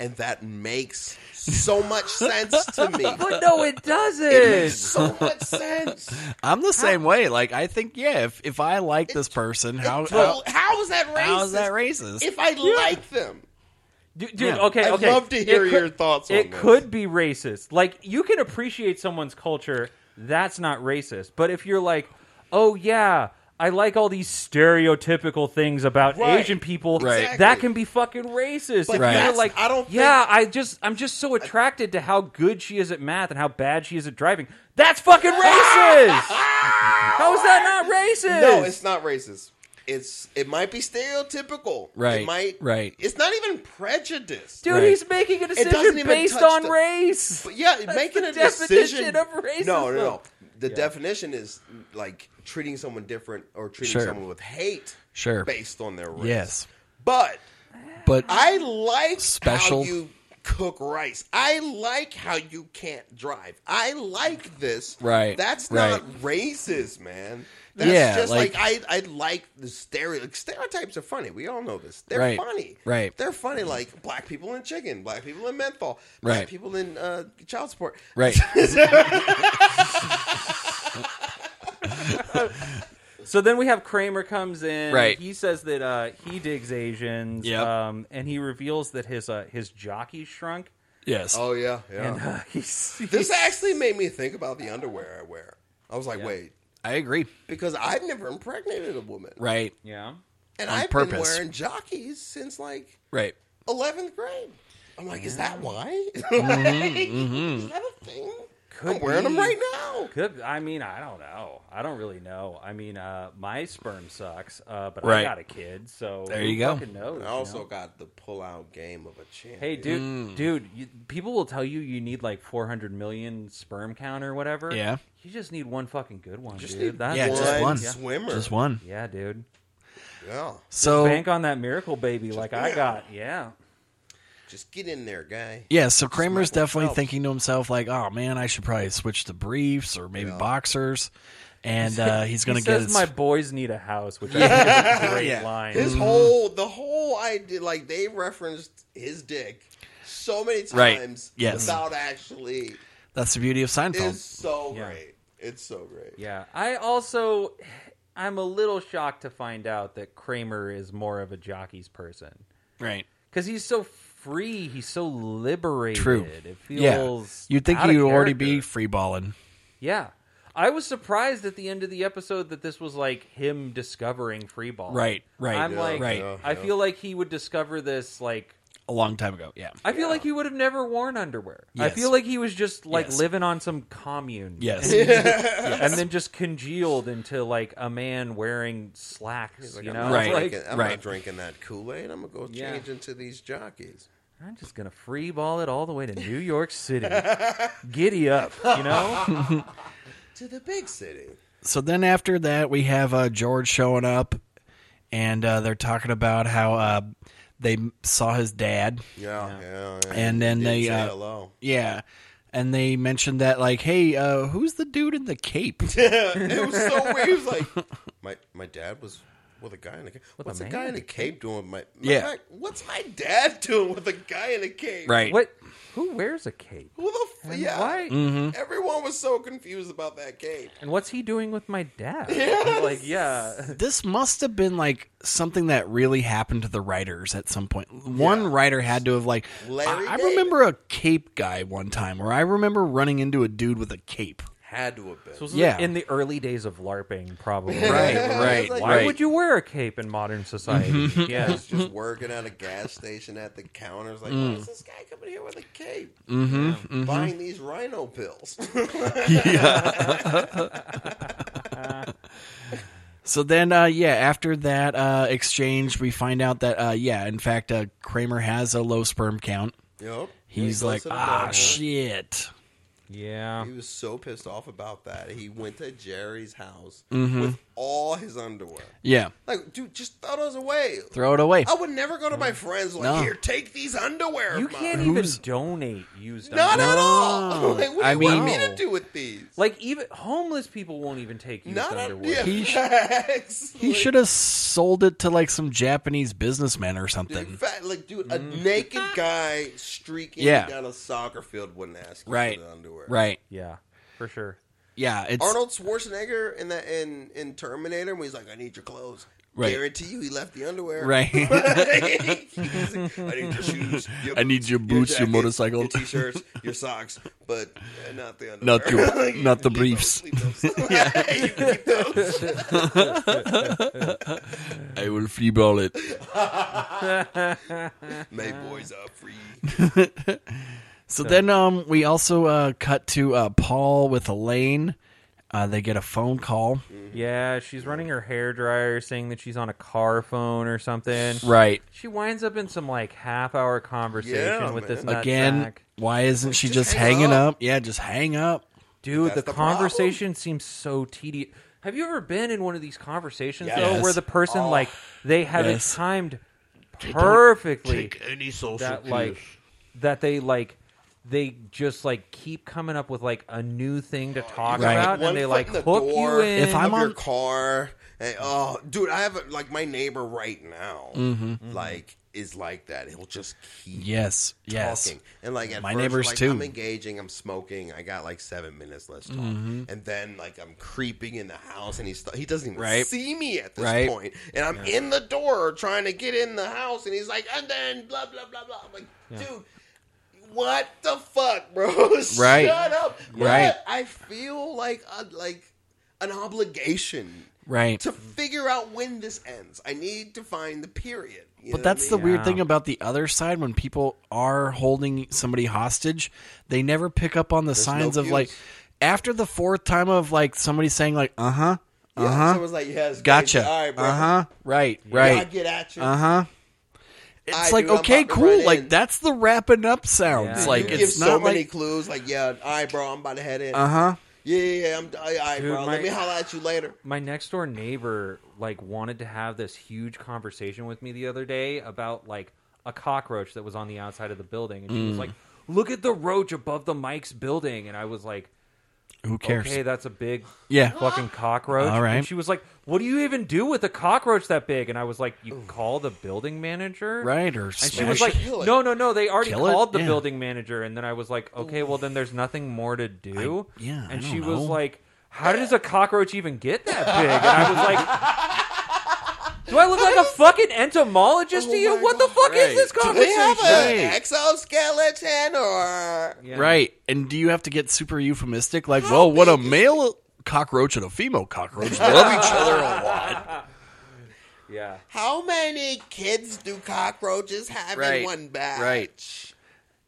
S3: And that makes so much sense to me.
S1: But no, it doesn't.
S3: It makes so much sense.
S2: I'm the same way. Like, I think, yeah, if if I like this person, how
S3: Well,
S2: how,
S3: how is that racist?
S2: how is that racist?
S3: If I like them,
S1: Du- Dude,
S2: Yeah.
S1: okay,
S3: I'd
S1: okay.
S3: love to hear
S1: It
S3: your thoughts on
S1: It
S3: this.
S1: could be racist. Like you can appreciate someone's culture. That's not racist. But if you're like, oh yeah, I like all these stereotypical things about
S3: Right.
S1: Asian people,
S2: Right.
S1: that can be fucking racist.
S3: But
S1: if you're
S2: that's-
S1: like,
S3: I don't
S1: Yeah, I just I'm just so attracted to how good she is at math and how bad she is at driving. That's fucking racist. how is that not racist?
S3: no, it's not racist. It's it might be stereotypical.
S2: Right,
S3: It might
S2: right.
S3: It's not even prejudice.
S1: Dude,
S2: Right.
S1: he's making a
S3: doesn't
S1: decision
S3: even
S1: based
S3: touch
S1: on
S3: the-
S1: race.
S3: But yeah, making
S1: the
S3: a decision
S1: definition of racism.
S3: No, no, no. The definition is like treating someone different or treating
S2: Sure.
S3: someone with hate,
S2: Sure.
S3: based on their race.
S2: yes,
S3: but
S2: but
S3: I like
S2: Special.
S3: how you cook rice. I like how you can't drive. I like this.
S2: Right,
S3: That's
S2: right.
S3: not racist, man. That's
S2: Yeah,
S3: just
S2: like-
S3: like, I, I like the stereo like, stereotypes are funny. We all know this. They're
S2: Right,
S3: funny.
S2: right.
S3: They're funny like black people in chicken, black people in menthol,
S2: Right.
S3: black people in uh, child support.
S2: right.
S1: So then we have Kramer comes in.
S2: Right.
S1: He says that uh, he digs Asians.
S2: Yep.
S1: Um, and he reveals that his uh, his jockey shrunk.
S2: yes.
S3: Oh yeah, yeah.
S1: And uh, he's,
S3: this actually made me think about the underwear I wear. I was like, wait,
S2: I agree.
S3: because I've never impregnated a woman.
S2: Right.
S1: yeah.
S3: And
S2: On
S3: I've been
S2: purpose.
S3: wearing jockeys since like
S2: Right.
S3: 11th grade. I'm like, is that why? Like, Is that a thing?
S1: Mm-hmm, Could
S3: I'm wearing them
S1: be.
S3: right now.
S1: Could I mean I don't know. I don't really know. I mean, uh, my sperm sucks, uh, but
S2: Right.
S1: I got a kid, so
S2: There
S1: who
S2: you go.
S1: fucking knows,
S3: I
S1: you
S3: also
S1: know?
S3: got the pull-out game of a champion.
S1: Hey, dude,
S2: Mm.
S1: dude, you, people will tell you you need like 400 million sperm count or whatever.
S2: Yeah.
S1: You just need one fucking good one,
S3: Just
S1: dude.
S3: need
S1: That's
S2: Yeah,
S1: it.
S2: just one.
S3: swimmer.
S2: Just one.
S1: Yeah, dude.
S3: Yeah.
S2: So
S1: Bank on that miracle baby like I got. Yeah.
S3: Just get in there, guy.
S2: Yeah, so Kramer's definitely
S3: Phelps.
S2: thinking to himself, like, oh man, I should probably switch to briefs or maybe boxers. And uh, he's going
S1: he
S2: to get
S1: says
S2: his.
S1: my boys need a house, which I think is a great
S2: Yeah.
S1: line.
S3: His whole the whole idea like they referenced his dick so many
S2: Right.
S3: times
S2: Yes. Um,
S3: without actually
S2: That's the beauty of Seinfeld.
S3: is so
S1: Yeah.
S3: great. It's so great.
S1: yeah, I also I'm a little shocked to find out that Kramer is more of a jockey's person
S2: right.
S1: because he's so free, he's so liberated.
S2: True.
S1: It
S2: Yeah.
S1: feels
S2: You'd think
S1: out of
S2: you'd already be
S1: character.
S2: free balling.
S1: Yeah. I was surprised at the end of the episode that this was like him discovering free ball.
S2: Right, right,
S1: I'm
S2: yeah,
S1: like,
S2: right.
S1: I feel like he would discover this like
S2: A long time ago. Yeah.
S1: I feel like he would have never worn underwear. I
S2: Yes.
S1: feel like he was just like
S2: Yes.
S1: living on some commune.
S2: Yes.
S1: And then just congealed into like a man wearing slacks, you know?
S3: I'm,
S2: Right.
S3: not
S1: Like,
S3: drinking, I'm
S2: right.
S3: not drinking that Kool Aid. I'm gonna go
S1: Yeah.
S3: change into these jockeys.
S1: I'm just gonna free ball it all the way to New York City. Giddy up, you know?
S3: to the big city.
S2: So then after that, we have uh, George showing up, and uh, they're talking about how uh, they m- saw his dad.
S3: Yeah, yeah. yeah,
S2: And then
S3: Didn't
S2: they,
S3: say
S2: uh,
S3: hello.
S2: Yeah. And they mentioned that, like, hey, uh, who's the dude in the cape?
S3: it was so weird. He was like, my my dad was with a guy in a cape. What's
S1: a
S3: a, guy
S1: man.
S3: in a cape doing? with My, my
S2: Yeah.
S3: my- what's my dad doing with a guy in a cape?
S2: right.
S1: what? Who wears a cape?
S3: Who the f-
S1: And
S3: yeah?
S1: why?
S2: Mm-hmm.
S3: Everyone was so confused about that cape.
S1: And what's he doing with my dad?
S3: Yes.
S1: Like, yeah,
S2: This must have been like something that really happened to the writers at some point. One writer had to have like
S3: Larry
S2: I, I
S3: David.
S2: remember a cape guy one time or I remember running into a dude with a cape.
S3: Had to have been.
S1: This was
S2: Yeah.
S1: in the early days of LARPing, probably.
S2: right,
S1: Why would you wear a cape in modern society?
S3: I
S1: yeah,
S3: was just working at a gas station at the counter. It's like,
S2: Mm.
S3: why is this guy coming here with a cape?
S2: Mm-hmm,
S3: Buying these rhino pills.
S2: So then, uh, yeah, after that uh, exchange, we find out that, uh, yeah, in fact, uh, Kramer has a low sperm count.
S3: yep.
S2: He's
S3: He goes
S2: like,
S3: to the
S2: ah,
S3: doctor.
S2: shit.
S1: yeah.
S3: He was so pissed off about that. He went to Jerry's house
S2: Mm-hmm.
S3: with all his underwear.
S2: Yeah,
S3: Like, dude, just throw those away.
S2: throw it away.
S3: I would never go to my friends like,
S2: No.
S3: here, take these underwear. of
S1: Mm-hmm. You
S3: mine."
S1: can't even donate used.
S3: Not
S1: underwear.
S3: at all.
S2: No.
S3: like, what do
S2: I
S3: you want
S2: mean-
S3: me to do with these?
S1: Like even homeless people won't even take used
S3: Not at
S1: underwear.
S3: yeah,
S2: He sh-
S3: facts.
S2: He
S3: Like,
S2: should have sold it to like some Japanese businessman or
S3: Dude,
S2: something.
S3: fat, like, dude, a naked guy streaking
S2: Mm-hmm. Yeah.
S3: down a soccer field wouldn't ask you
S2: Right.
S3: for the underwear.
S2: Right.
S1: Yeah, for sure.
S2: Yeah. It's
S3: Arnold Schwarzenegger in that in, in Terminator when he's like, I need your clothes.
S2: Right.
S3: Guarantee you he left the underwear.
S2: right.
S3: He's like, I need your shoes. Your,
S2: I need your boots, your
S3: jacket,
S2: motorcycle."
S3: your t-shirts, your socks, but uh, not the underwear.
S2: Not your- not the
S3: Leave
S2: briefs.
S3: those, leave those. You can keep those.
S2: I will free ball it.
S3: My boys are free.
S2: So then, um, we also uh cut to uh Paul with Elaine. Uh, they get a phone call.
S1: Yeah, she's running her hair dryer, saying that she's on a car phone or something.
S2: Right.
S1: She winds up in some like half hour conversation
S3: Yeah,
S1: with this
S3: man.
S1: nut
S2: Again,
S1: sack.
S2: why isn't she
S3: just
S2: just,
S3: hang
S2: hanging
S3: up.
S2: up? Yeah, just hang up.
S1: Dude, the,
S3: That's the
S1: conversation seems so tedious. Have you ever been in one of these conversations
S3: Yes.
S1: though, where the person like
S3: Oh.
S1: they have
S2: Yes.
S1: it timed perfectly
S3: any social
S1: that like that they like they just like keep coming up with like a new thing to talk
S2: Right.
S1: about
S3: One
S1: and they
S3: foot
S1: like
S3: in the
S1: hook you
S3: door.
S1: in.
S2: If I'm
S3: of
S2: on-
S3: your car. And, oh, dude, I have a, like my neighbor right now.
S2: Mm-hmm.
S3: Like is like that. He'll just keep
S2: Yes. Yes.
S3: talking. And like at
S2: My
S3: first,
S2: neighbors,
S3: like,
S2: too.
S3: I'm engaging. I'm smoking. I got like seven minutes. Let's talk.
S2: Mm-hmm.
S3: And then like I'm creeping in the house, and he's he doesn't even
S2: Right.
S3: see me at this
S2: Right.
S3: point. And I'm in the door trying to get in the house, and he's like, and then blah blah blah blah. I'm like, dude. What the fuck, bro?
S2: Right.
S3: Shut up.
S2: Right.
S3: But I feel like a, like an obligation
S2: Right.
S3: to figure out when this ends. I need to find the period. You
S2: But
S3: know what
S2: that's
S3: I
S2: the
S3: mean?
S2: weird
S1: Yeah.
S2: thing about the other side when people are holding somebody hostage, they never pick up on the signs
S3: no
S2: of like
S3: cues.
S2: after the fourth time of like somebody saying like uh-huh,
S3: Yeah, uh-huh. Someone's like, yes,
S2: gotcha.
S3: bitch. All right, bro.
S2: uh-huh. Right,
S3: I
S2: right.
S3: get at you.
S2: Uh-huh. It's
S3: All right,
S2: like
S3: dude, I'm
S2: okay,
S3: about to run
S2: cool. Like
S3: in.
S2: that's the wrapping up sounds.
S1: Yeah.
S2: Like
S3: You give
S2: it's
S3: so
S2: not
S3: many
S2: like
S3: clues. Like, yeah, all right, bro, I'm about to head in.
S2: uh-huh.
S3: Yeah, yeah, yeah. I'm, all right,
S1: Dude,
S3: bro. Let
S1: my-
S3: me holler at you later.
S1: my next door neighbor like wanted to have this huge conversation with me the other day about like a cockroach that was on the outside of the building and she
S2: Mm.
S1: was like look at the roach above the mike's building and i was like
S2: Who cares?
S1: okay that's a big
S2: Yeah.
S1: fucking cockroach
S2: All right.
S1: and she was like what do you even do with a cockroach that big and i was like you call the building manager
S2: Right or
S1: and
S2: smash
S1: she was
S2: it.
S1: like
S3: Kill it.
S1: no no no they already
S2: Kill it?
S1: called the
S2: Yeah.
S1: building manager and then i was like okay well then there's nothing more to do
S2: I- yeah, I
S1: and
S2: don't
S1: she was
S2: know.
S1: like how does a cockroach even get that big and i was like do i look like a fucking entomologist to you
S3: my
S1: what the
S3: God.
S1: fuck is
S2: Right.
S1: this
S3: Do they
S1: conversation
S3: have an
S2: Right.
S3: exoskeleton or?
S1: Yeah.
S2: Right. And do you have to get super euphemistic? Like, well, what a male cockroach and a female cockroach love each other a lot.
S1: yeah
S3: How many kids do cockroaches have
S2: Right,
S3: in one batch?
S2: right.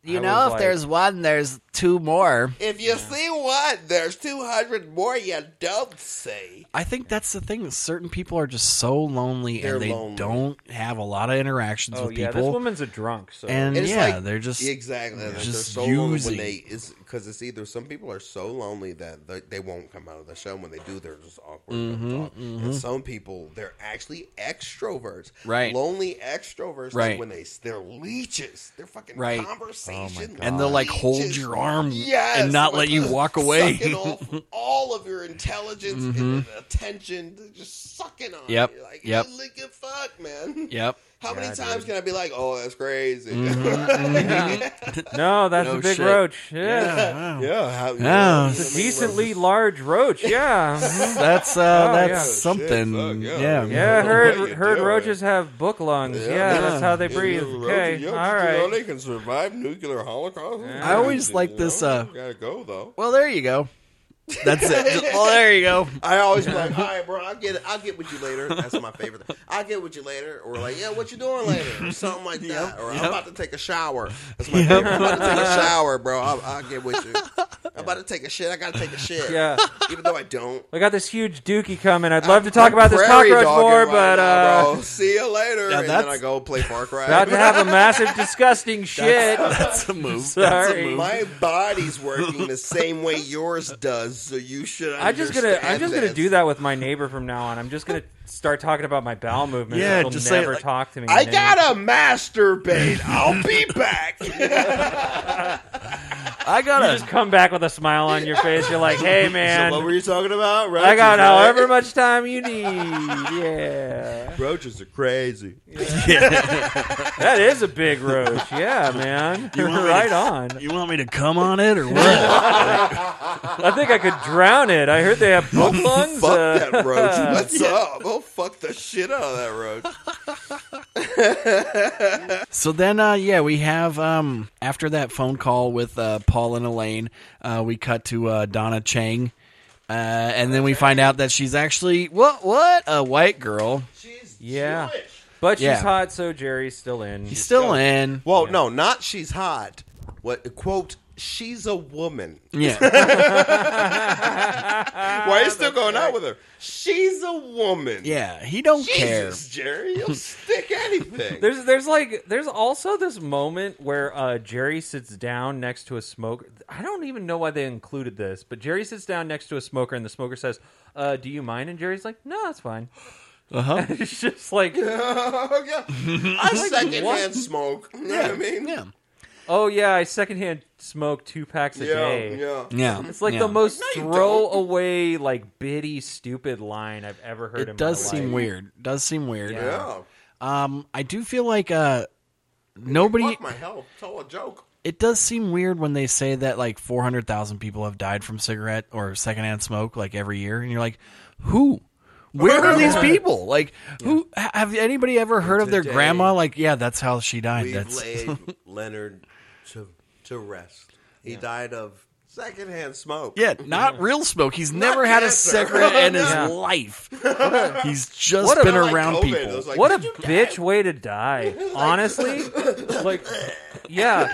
S1: I
S7: You
S1: was
S7: know, if
S1: like-
S7: there's one, there's two more.
S3: If you see one, there's 200 more you don't see.
S2: I think that's the thing. Certain people are just so lonely
S3: They're
S2: and they
S3: lonely.
S2: don't have a lot of interactions
S1: Oh
S2: with
S1: yeah,
S2: people.
S1: this woman's a drunk. So
S2: and
S3: And it's
S2: yeah,
S3: like-
S2: they're just
S3: Exactly. Like, they're
S2: just
S3: so lonely
S2: using.
S3: when they is because it's either some people are so lonely that they, they won't come out of the show. When they do, they're just awkward. and
S2: Mm-hmm,
S3: talk. And some people they're actually extroverts,
S2: Right.
S3: Lonely extroverts. that
S2: Right.
S3: When they they're leeches, they're fucking
S2: Right. Oh
S3: conversation.
S2: and they'll like hold
S3: leeches.
S2: your arm
S3: Yes,
S2: and not
S3: like,
S2: let you walk away. Mm-hmm.
S3: Sucking off all of your intelligence and attention, they're just sucking on.
S2: Yep,
S3: you. Like,
S2: yep.
S3: look at fuck, man.
S2: yep. Mm-hmm.
S3: How many
S1: Yeah,
S3: times
S1: dude.
S3: can I be like, "Oh, that's crazy"?
S1: no, that's
S2: No
S1: a big
S2: shit.
S1: roach. Yeah,
S2: Yeah.
S3: Yeah, how, you
S1: it's a
S2: Yeah, it's a
S3: you what I mean?
S1: Oh. decently large roach. Yeah,
S2: That's uh
S1: Oh,
S2: that's
S1: yeah.
S2: something.
S3: Shit, fuck, yeah.
S2: yeah.
S1: yeah. I
S3: What
S1: Heard
S3: you
S1: heard
S3: doing?
S1: roaches have book lungs. Yeah, that's how they
S3: Yeah,
S1: breathe.
S3: roaches,
S1: Okay,
S3: yeah,
S1: all
S3: but You know,
S1: right.
S3: they can survive nuclear holocaust.
S2: I always
S3: You
S2: like
S3: know,
S2: this, uh,
S3: you gotta go though.
S2: Well, there you go. That's it. well, there you go.
S3: I always be like, all right, bro, I'll get it. I'll get with you later. That's my favorite thing. I'll get with you later, or like, yeah, what you doing later, or something like that, or I'm about to take a shower. That's my favorite. I'm about to take a shower, bro. I'll, I'll get with you. I'm about to take a shit. I gotta take a shit.
S1: Yeah.
S3: even though I don't.
S1: We got this huge dookie coming. I'd love to talk
S3: I'm
S1: about this
S3: prairie
S1: cockroach
S3: dogging
S1: more,
S3: right
S1: but
S3: now,
S1: uh,
S3: bro. see you later.
S2: Yeah,
S3: and then
S2: that's-
S3: I go play Far Cry.
S1: about to have a massive, disgusting shit.
S2: That's a move. That's a
S1: Sorry.
S2: move.
S3: My body's working the same way yours does, so you should.
S1: I'm just gonna I'm
S3: understand
S1: just gonna
S3: this.
S1: do that with my neighbor from now on. I'm just gonna start talking about my bowel movements.
S2: Yeah,
S1: and he'll
S2: just say,
S1: never
S2: like,
S1: talk to me.
S3: I
S1: man.
S3: gotta masturbate. I'll be back.
S2: I got
S1: You just come back with a smile on your face. You're like, hey man,
S3: what were you talking about? Roaches,
S1: I got
S3: right?
S1: however much time you need. Yeah,
S3: Roaches are crazy.
S1: that is a big roach. Yeah, man,
S2: You want me
S1: right
S2: to-
S1: on.
S2: You want me to come on it or what?
S1: I think I could drown it. I heard they have book lungs.
S3: Fuck
S1: uh,
S3: that roach. What's up? Oh, fuck the shit out of that roach.
S2: so then, uh, yeah, we have um, after that phone call with uh, Paul and Elaine, uh, we cut to uh, Donna Chang, uh, and then we find out that she's actually what what a white girl.
S3: She's
S1: Yeah. But she's
S2: Yeah.
S1: hot, so Jerry's still in.
S2: She's still in.
S3: Well, no, not she's hot. What quote? She's a woman.
S2: Yeah,
S3: Why are you still going out with her? She's a woman.
S2: yeah. He don't care.
S3: Jesus, Jerry, you'll stick anything.
S1: There's there's like there's also this moment where uh, Jerry sits down next to a smoker. I don't even know why they included this, but Jerry sits down next to a smoker, and the smoker says, uh, "Do you mind?" And Jerry's like, "No, that's fine."
S2: Uh-huh.
S1: Uh huh. it's just like,
S3: Oh, yeah. I secondhand smoke. You know what I mean?
S2: Yeah,
S1: oh yeah, I secondhand smoke two packs a
S3: Yeah,
S1: day.
S3: yeah.
S2: yeah.
S1: It's like
S2: yeah.
S1: the most
S3: No, you
S1: throwaway, like bitty, stupid line I've ever heard. in
S2: It does
S1: my
S2: seem
S1: life.
S2: weird. Does seem weird.
S1: Yeah.
S3: Yeah.
S2: Um, I do feel like uh, nobody.
S3: Fuck my health. Tell a joke.
S2: It does seem weird when they say that like 400,000 people have died from cigarette or secondhand smoke like every year, and you're like, who? Where are these people? Like, who? ha- Have anybody ever heard of their
S3: Today,
S2: grandma? Like, yeah, that's how she died.
S3: We've
S2: that's
S3: laid Leonard to, to rest. He died of secondhand smoke.
S2: yeah, not real smoke. He's never had a
S3: cancer.
S2: cigarette in his
S1: Yeah.
S2: life. He's just
S1: what a-
S2: been
S1: Not like
S2: around
S3: COVID. It
S2: people.
S3: was like,
S1: what a
S3: "Did you die?"
S1: bitch way to die honestly like yeah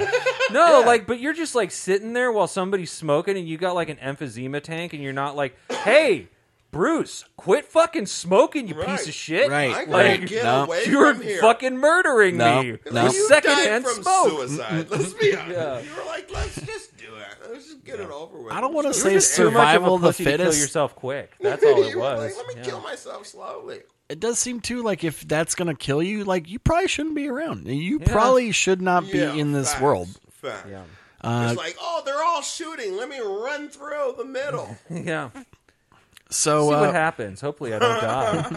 S1: no like but you're just like sitting there while somebody's smoking and you got like an emphysema tank and you're not like hey bruce quit fucking smoking you piece
S3: Right.
S1: of shit
S2: Right.
S3: I gotta
S1: Like,
S3: get
S2: no.
S3: away
S1: you're
S3: from here.
S1: fucking murdering
S2: No,
S1: me
S2: no.
S1: with
S3: You died
S1: secondhand
S3: from
S1: smoke
S3: suicide. Let's be honest.
S1: Yeah.
S3: You were like, let's just do it. Let's just get it over with.
S2: I don't want to
S3: Let's
S2: say
S3: just-
S1: Too much of a
S2: survival of the
S1: pussy to kill
S2: fittest.
S1: yourself quick that's all it
S3: You were
S1: was
S3: Like, Let me kill myself slowly.
S2: It does seem too like if that's gonna kill you, like you probably shouldn't be around. You probably should not be
S3: Yeah,
S2: in this
S3: facts,
S2: world. Uh,
S3: Facts.
S1: yeah
S3: it's like, oh, they're all shooting. Let me run through the middle.
S1: yeah see
S2: So
S1: what
S2: uh,
S1: happens hopefully i don't die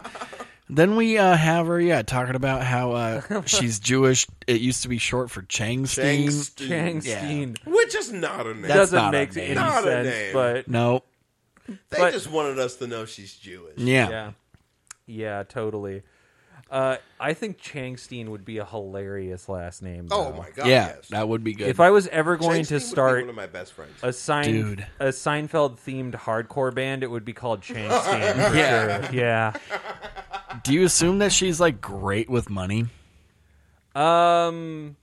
S2: Then we uh, have her, yeah, talking about how uh, she's Jewish. It used to be short for Changstein.
S1: changstein
S3: Which is not a name.
S2: That's
S1: doesn't
S2: not a
S1: make
S2: name.
S1: any
S3: Not a
S1: sense
S3: name.
S1: but
S2: No,
S3: they
S1: but-
S3: just wanted us to know she's Jewish.
S2: yeah.
S1: Yeah. Yeah, totally. Uh, I think Changstein would be a hilarious last name.
S3: Oh
S1: though.
S3: my god.
S2: Yeah,
S3: yes.
S2: that would be good.
S1: If I was ever
S3: Shakespeare
S1: going
S3: would
S1: to
S3: be one
S1: start
S3: of my best friends.
S1: a Sein-
S2: Dude.
S1: a Seinfeld themed hardcore band, it would be called Changstein. for
S2: Yeah.
S1: sure. Yeah.
S2: Do you assume that she's like great with money?
S1: Um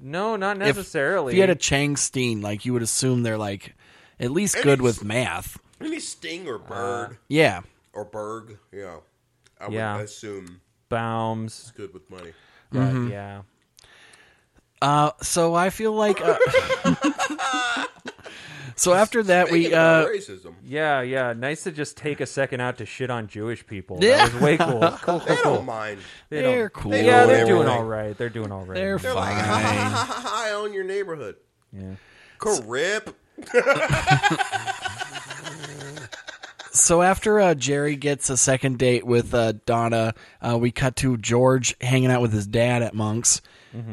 S1: No, not
S2: If-
S1: necessarily.
S2: If you had a Chang Steen, like you would assume they're like at least good with math.
S3: Maybe Sting
S2: Uh,
S3: or Bird
S2: Yeah.
S3: or Berg. Yeah, I would
S1: Yeah.
S3: assume
S1: Baums,
S3: it's good with money.
S1: but
S2: Mm-hmm.
S1: yeah.
S2: Uh, so I feel like. Uh, so after that, we
S3: Speaking about
S2: uh,
S3: racism.
S1: Yeah, yeah. Nice to just take a second out to shit on Jewish people.
S2: Yeah.
S1: That was way cool. Cool, cool,
S3: They don't
S1: cool.
S3: mind.
S1: They don't-
S2: they're cool.
S1: Yeah, they're
S3: They
S1: doing
S3: really-
S1: all right. They're doing all right.
S2: They're
S3: They're
S2: fine.
S3: like, ha ha ha ha ha! I own your neighborhood.
S1: yeah.
S3: Corrip.
S2: so after uh, Jerry gets a second date with uh, Donna, uh, we cut to George hanging out with his dad at Monk's,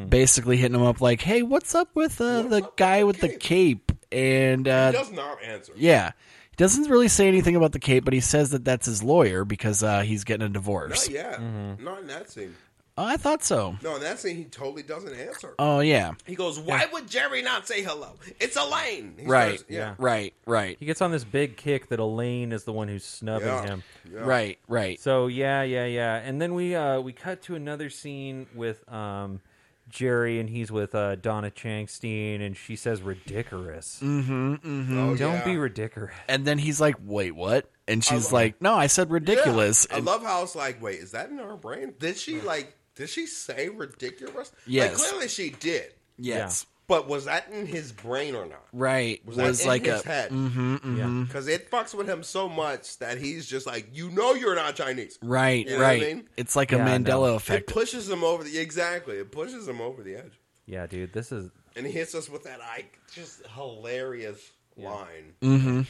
S2: basically hitting him up like, "Hey, Mm-hmm. what's up with uh, the guy with the cape?" And uh,
S3: Does not answer.
S2: yeah, he doesn't really say anything about the cape, but he says that that's his lawyer because uh, he's getting a divorce.
S3: Not yet.
S2: Mm-hmm.
S3: Not in that scene.
S2: Oh, I thought so.
S3: No, in that scene, he totally doesn't answer.
S2: Oh yeah,
S3: he goes, "Why would Jerry not say hello? It's Elaine." He
S2: Right.
S3: starts- yeah.
S2: right, right,
S1: He gets on this big kick that Elaine is the one who's snubbing
S3: Yeah.
S1: him.
S2: right, right.
S1: So yeah, yeah, yeah. And then we uh we cut to another scene with um Jerry and he's with uh Donna Changstein and she says ridiculous.
S3: Oh,
S1: Don't
S3: Mm-hmm. yeah.
S1: be ridiculous.
S2: And then he's like, "Wait, what?" And she's like, "No, I said ridiculous."
S3: Yeah. I love how it's like, wait, is that in her brain? Did she like? Did she say ridiculous?
S2: Yes.
S3: Like, clearly she did.
S2: yes,
S3: But was that in his brain or not?
S2: right. Was,
S3: Was, that in
S2: like
S3: his
S2: a mm-hmm.
S3: head?
S1: Yeah.
S3: Because it fucks with him so much that he's just like, you know, you're not Chinese.
S2: Right,
S3: You know what I
S2: right.
S3: mean?
S2: It's like a
S1: Yeah, I
S2: Mandela
S1: know.
S3: It
S2: effect.
S3: pushes him over the exactly. It pushes him over the edge,
S1: Yeah, dude. This is
S3: and he hits us with that like just hilarious line.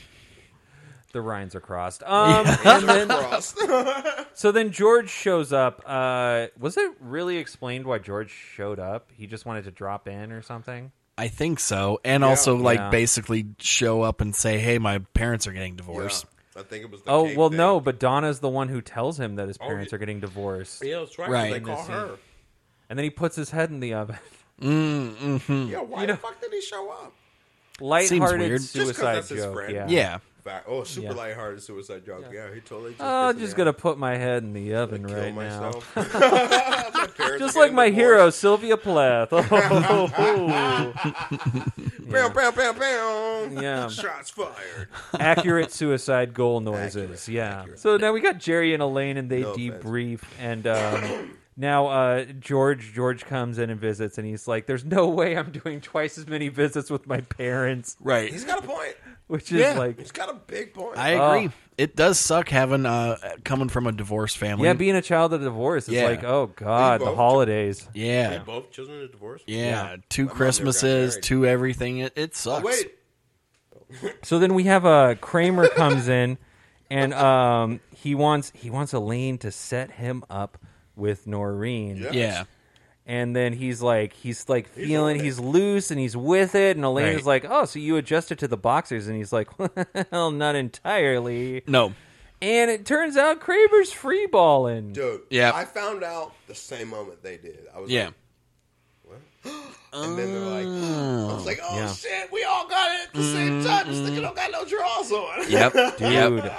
S1: the Rhines are crossed. Um and
S2: Mm-hmm.
S1: then
S3: Cross.
S1: So then George shows up. Uh, was it really explained why George showed up? He just wanted to drop in or something.
S2: I think so. And also, like,
S1: Yeah.
S2: basically show up and say, hey, my parents are getting divorced.
S3: Yeah. I think it was. The
S1: Oh
S3: cake
S1: well,
S3: thing.
S1: no. But Donna's the one who tells him that his
S3: Oh,
S1: parents
S3: yeah.
S1: are getting divorced,
S3: Yeah, that's right. 'cause
S2: Right.
S3: They call
S1: Missy.
S3: her.
S1: and then he puts his head in the oven.
S3: Yeah, why
S1: Hmm. You know-
S3: the fuck did he show up?
S1: Lighthearted
S2: weird.
S3: Just 'cause
S1: suicide
S3: that's his
S1: joke.
S3: friend.
S1: Yeah.
S2: Yeah.
S3: Fact- Oh, super
S1: Yeah.
S3: lighthearted suicide joke. Yeah, he totally. Just
S1: Oh,
S3: gets in
S1: just
S3: there.
S1: gonna put my head in the oven
S3: kill
S1: right now.
S3: myself. My parents
S1: Just
S3: are
S1: like
S3: getting
S1: my
S3: divorced.
S1: hero Sylvia Plath. Oh,
S3: Bam, bam, bam, bam.
S1: Yeah.
S3: Shots fired.
S1: accurate suicide goal noises.
S3: Accurate,
S1: yeah.
S3: accurate.
S1: So now we got Jerry and Elaine, and they
S3: No offense.
S1: debrief. And um, now uh, George George comes in and visits, and he's like, "There's no way I'm doing twice as many visits with my parents,"
S2: Right.
S3: He's got a point.
S1: which is
S2: Yeah.
S1: like,
S3: He's got a big point.
S2: I agree.
S1: Oh.
S2: It does suck having, uh, coming from a divorced family.
S1: yeah, being a child of divorce is
S2: Yeah.
S1: like, oh god,
S3: We
S1: the
S3: both-
S1: holidays.
S2: yeah.
S3: They
S2: yeah.
S3: both children are divorced.
S2: Two
S3: got
S2: Christmases,
S3: married. Oh,
S2: two everything. It, it sucks.
S3: Wait.
S1: So then we have uh, Kramer comes in, and um, he wants he wants Elaine to set him up with Noreen.
S3: Yeah.
S2: Yeah.
S1: and then he's like he's like
S3: He's
S1: feeling
S3: on it.
S1: he's loose and he's with it and Elaine's
S2: Right.
S1: like oh so you adjusted to the boxers and he's like well not entirely
S2: No.
S1: and it turns out Kramer's free balling
S3: Dude,
S2: Yeah.
S3: I found out the same moment they did. I was
S2: Yeah.
S3: like, and then they're like, I was like, oh
S1: Mm. Yeah. Mm-hmm.
S3: shit, we all got it at the same time. This nigga don't got no drawers on.
S2: Yep.
S1: dude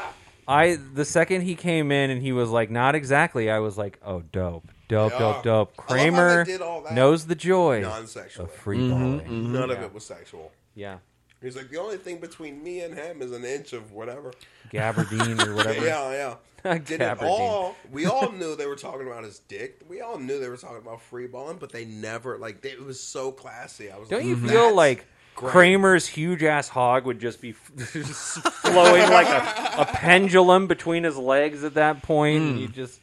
S1: I the second he came in and he was like not exactly I was like oh dope dope
S3: Yeah.
S1: dope dope
S3: I love how they
S1: Kramer
S3: did all that
S1: knows the joy
S3: non-sexually.
S1: of free balling
S2: Mm-hmm,
S3: None
S1: Mm-hmm.
S3: of it was sexual.
S1: yeah
S3: He's like, the only thing between me and him is an inch of whatever.
S1: Gabardine or whatever
S3: Yeah, yeah. Did it
S1: Gabardine.
S3: all? We all knew they were talking about his dick. We all knew they were talking about free balling, but they never like. They, it was so classy. I was.
S1: Don't
S3: like,
S1: you feel
S3: "That's
S1: like
S3: great."
S1: Kramer's huge ass hog would just be just flowing like a, a pendulum between his legs at that point? And you just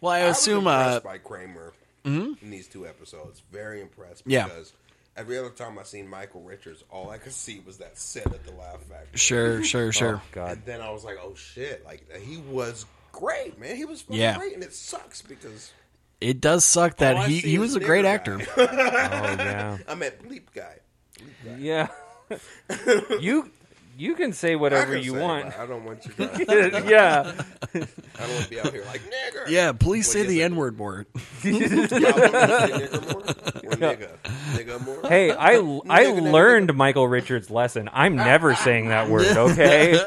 S2: Well, I
S3: I was
S2: assume, uh, Mm-hmm.
S3: impressed by Kramer in these two episodes. Very impressed
S2: Yeah.
S3: because every other time I seen Michael Richards, all I could see was that sit at the Laugh Factory.
S2: sure,
S3: Oh.
S2: sure, sure.
S1: God,
S3: And then I was like, oh shit! Like he was great, man. He was fucking
S2: Yeah.
S3: great, and it sucks because
S2: It does suck that
S3: all Oh, I
S2: he,
S3: see
S2: he
S3: is
S2: was a
S3: nigger
S2: great
S3: guy.
S2: actor.
S1: oh yeah,
S3: I meant bleep guy.
S1: yeah. you you can say whatever
S3: I can
S1: you
S3: say it,
S1: want.
S3: but I don't want you. Guys.
S1: yeah,
S3: I don't want to be out here like nigger.
S2: yeah. Please
S3: What
S2: say
S3: is
S2: the
S3: it?
S2: N word word.
S3: Y'all want me to say nigger more? Or nigga? Nigga more?
S1: hey, I I
S3: nigga,
S1: learned Michael Richards' lesson. I'm never saying that word. Okay,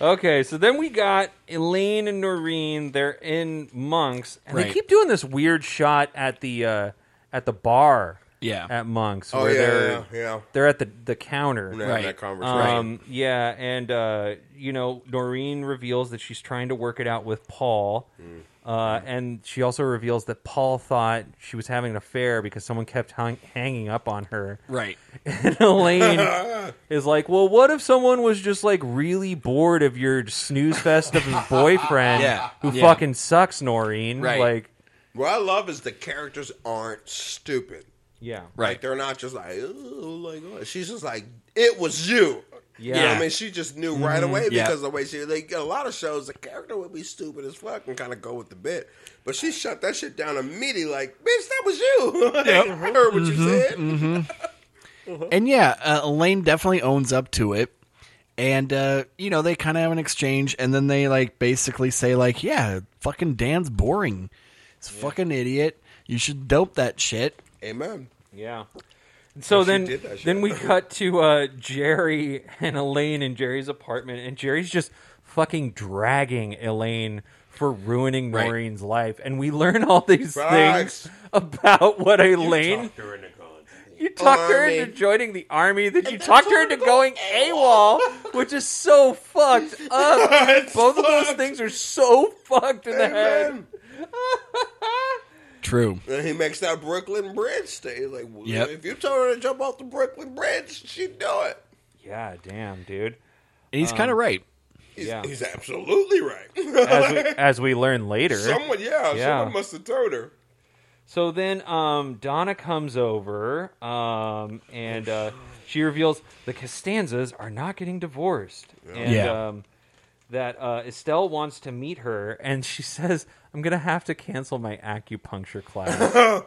S1: okay. So then we got Elaine and Noreen. They're in monks, and they
S2: Right.
S1: keep doing this weird shot at the uh, at the bar.
S2: Yeah.
S1: at Monk's.
S3: Oh
S1: where
S3: yeah,
S1: they're,
S3: yeah, yeah.
S1: they're at the the counter.
S3: We're not having
S2: Right.
S3: that conversation.
S1: Um, yeah, and uh, you know, Noreen reveals that she's trying to work it out with Paul,
S2: Mm.
S1: uh, and she also reveals that Paul thought she was having an affair because someone kept hung- hanging up on her.
S2: Right.
S1: And Elaine is like, "Well, what if someone was just like really bored of your snooze fest of his boyfriend,
S2: Yeah,
S1: who
S2: yeah.
S1: fucking sucks, Noreen?
S2: Right.
S1: Like,
S3: what I love is the characters aren't stupid.
S1: yeah,
S3: Like they're not just like, oh, like oh." she's just like, it was you. You know what
S1: Yeah.
S3: I mean, she just knew right away
S2: yeah.
S3: because the way she like a lot of shows, the character would be stupid as fuck and kind of go with the bit, but she shut that shit down immediately. Like, bitch, that was you. Like, I heard what you said.
S2: And yeah, uh, Elaine definitely owns up to it. And uh, you know, they kind of have an exchange and then they like basically say like, "Yeah, fucking Dan's boring. He's a fucking idiot. You should dope that shit."
S3: Amen.
S1: Yeah. So
S3: she
S1: then,
S3: did that shit.
S1: then we cut to uh, Jerry and Elaine in Jerry's apartment, and Jerry's just fucking dragging Elaine for ruining
S2: Right.
S1: Maureen's life, and we learn all these
S3: Facts.
S1: things about what Elaine. You talked her
S3: Army.
S1: into joining the army, then you talked her into going AWOL, which is so fucked up. Both of those things are so fucked in the head.
S3: Amen.
S2: True.
S3: And he makes that Brooklyn Bridge stay. Like, well,
S2: Yep.
S3: if you told her to jump off the Brooklyn Bridge, she'd do it.
S1: Yeah, damn, dude.
S2: And he's kind of right.
S3: He's,
S1: Yeah.
S3: he's absolutely
S1: As we,
S3: right.
S1: as we learn later.
S3: someone, yeah,
S1: Yeah.
S3: someone must have told her.
S1: So then um, Donna comes over um, and uh, she reveals the Costanzas are not getting divorced. And
S2: Yeah.
S1: um, that uh, Estelle wants to meet her and she says, I'm going to have to cancel my acupuncture class.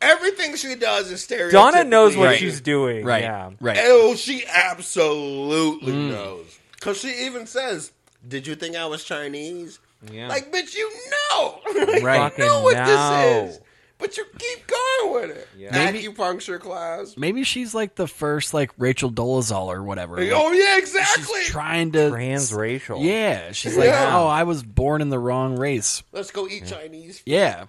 S3: Everything she does is stereotypical.
S1: Donna knows what
S2: Right.
S1: she's doing.
S2: Right.
S1: Yeah.
S2: Right.
S3: Oh, she absolutely
S1: Mm.
S3: knows. Because she even says, Did you think I was Chinese?
S1: Yeah.
S3: Like, bitch, you know. like,
S2: Right.
S3: You know what
S1: Fucking
S3: this is. But you keep going with it.
S2: Maybe-
S3: Acupuncture class.
S2: Maybe she's like the first like Rachel Dolezal or whatever. Like,
S3: Oh, yeah,
S2: she's
S3: exactly.
S2: trying to
S1: Transracial.
S2: Yeah, she's like,
S3: Yeah.
S2: "Oh, I was born in the wrong race."
S3: Let's go eat Chinese.
S2: Yeah.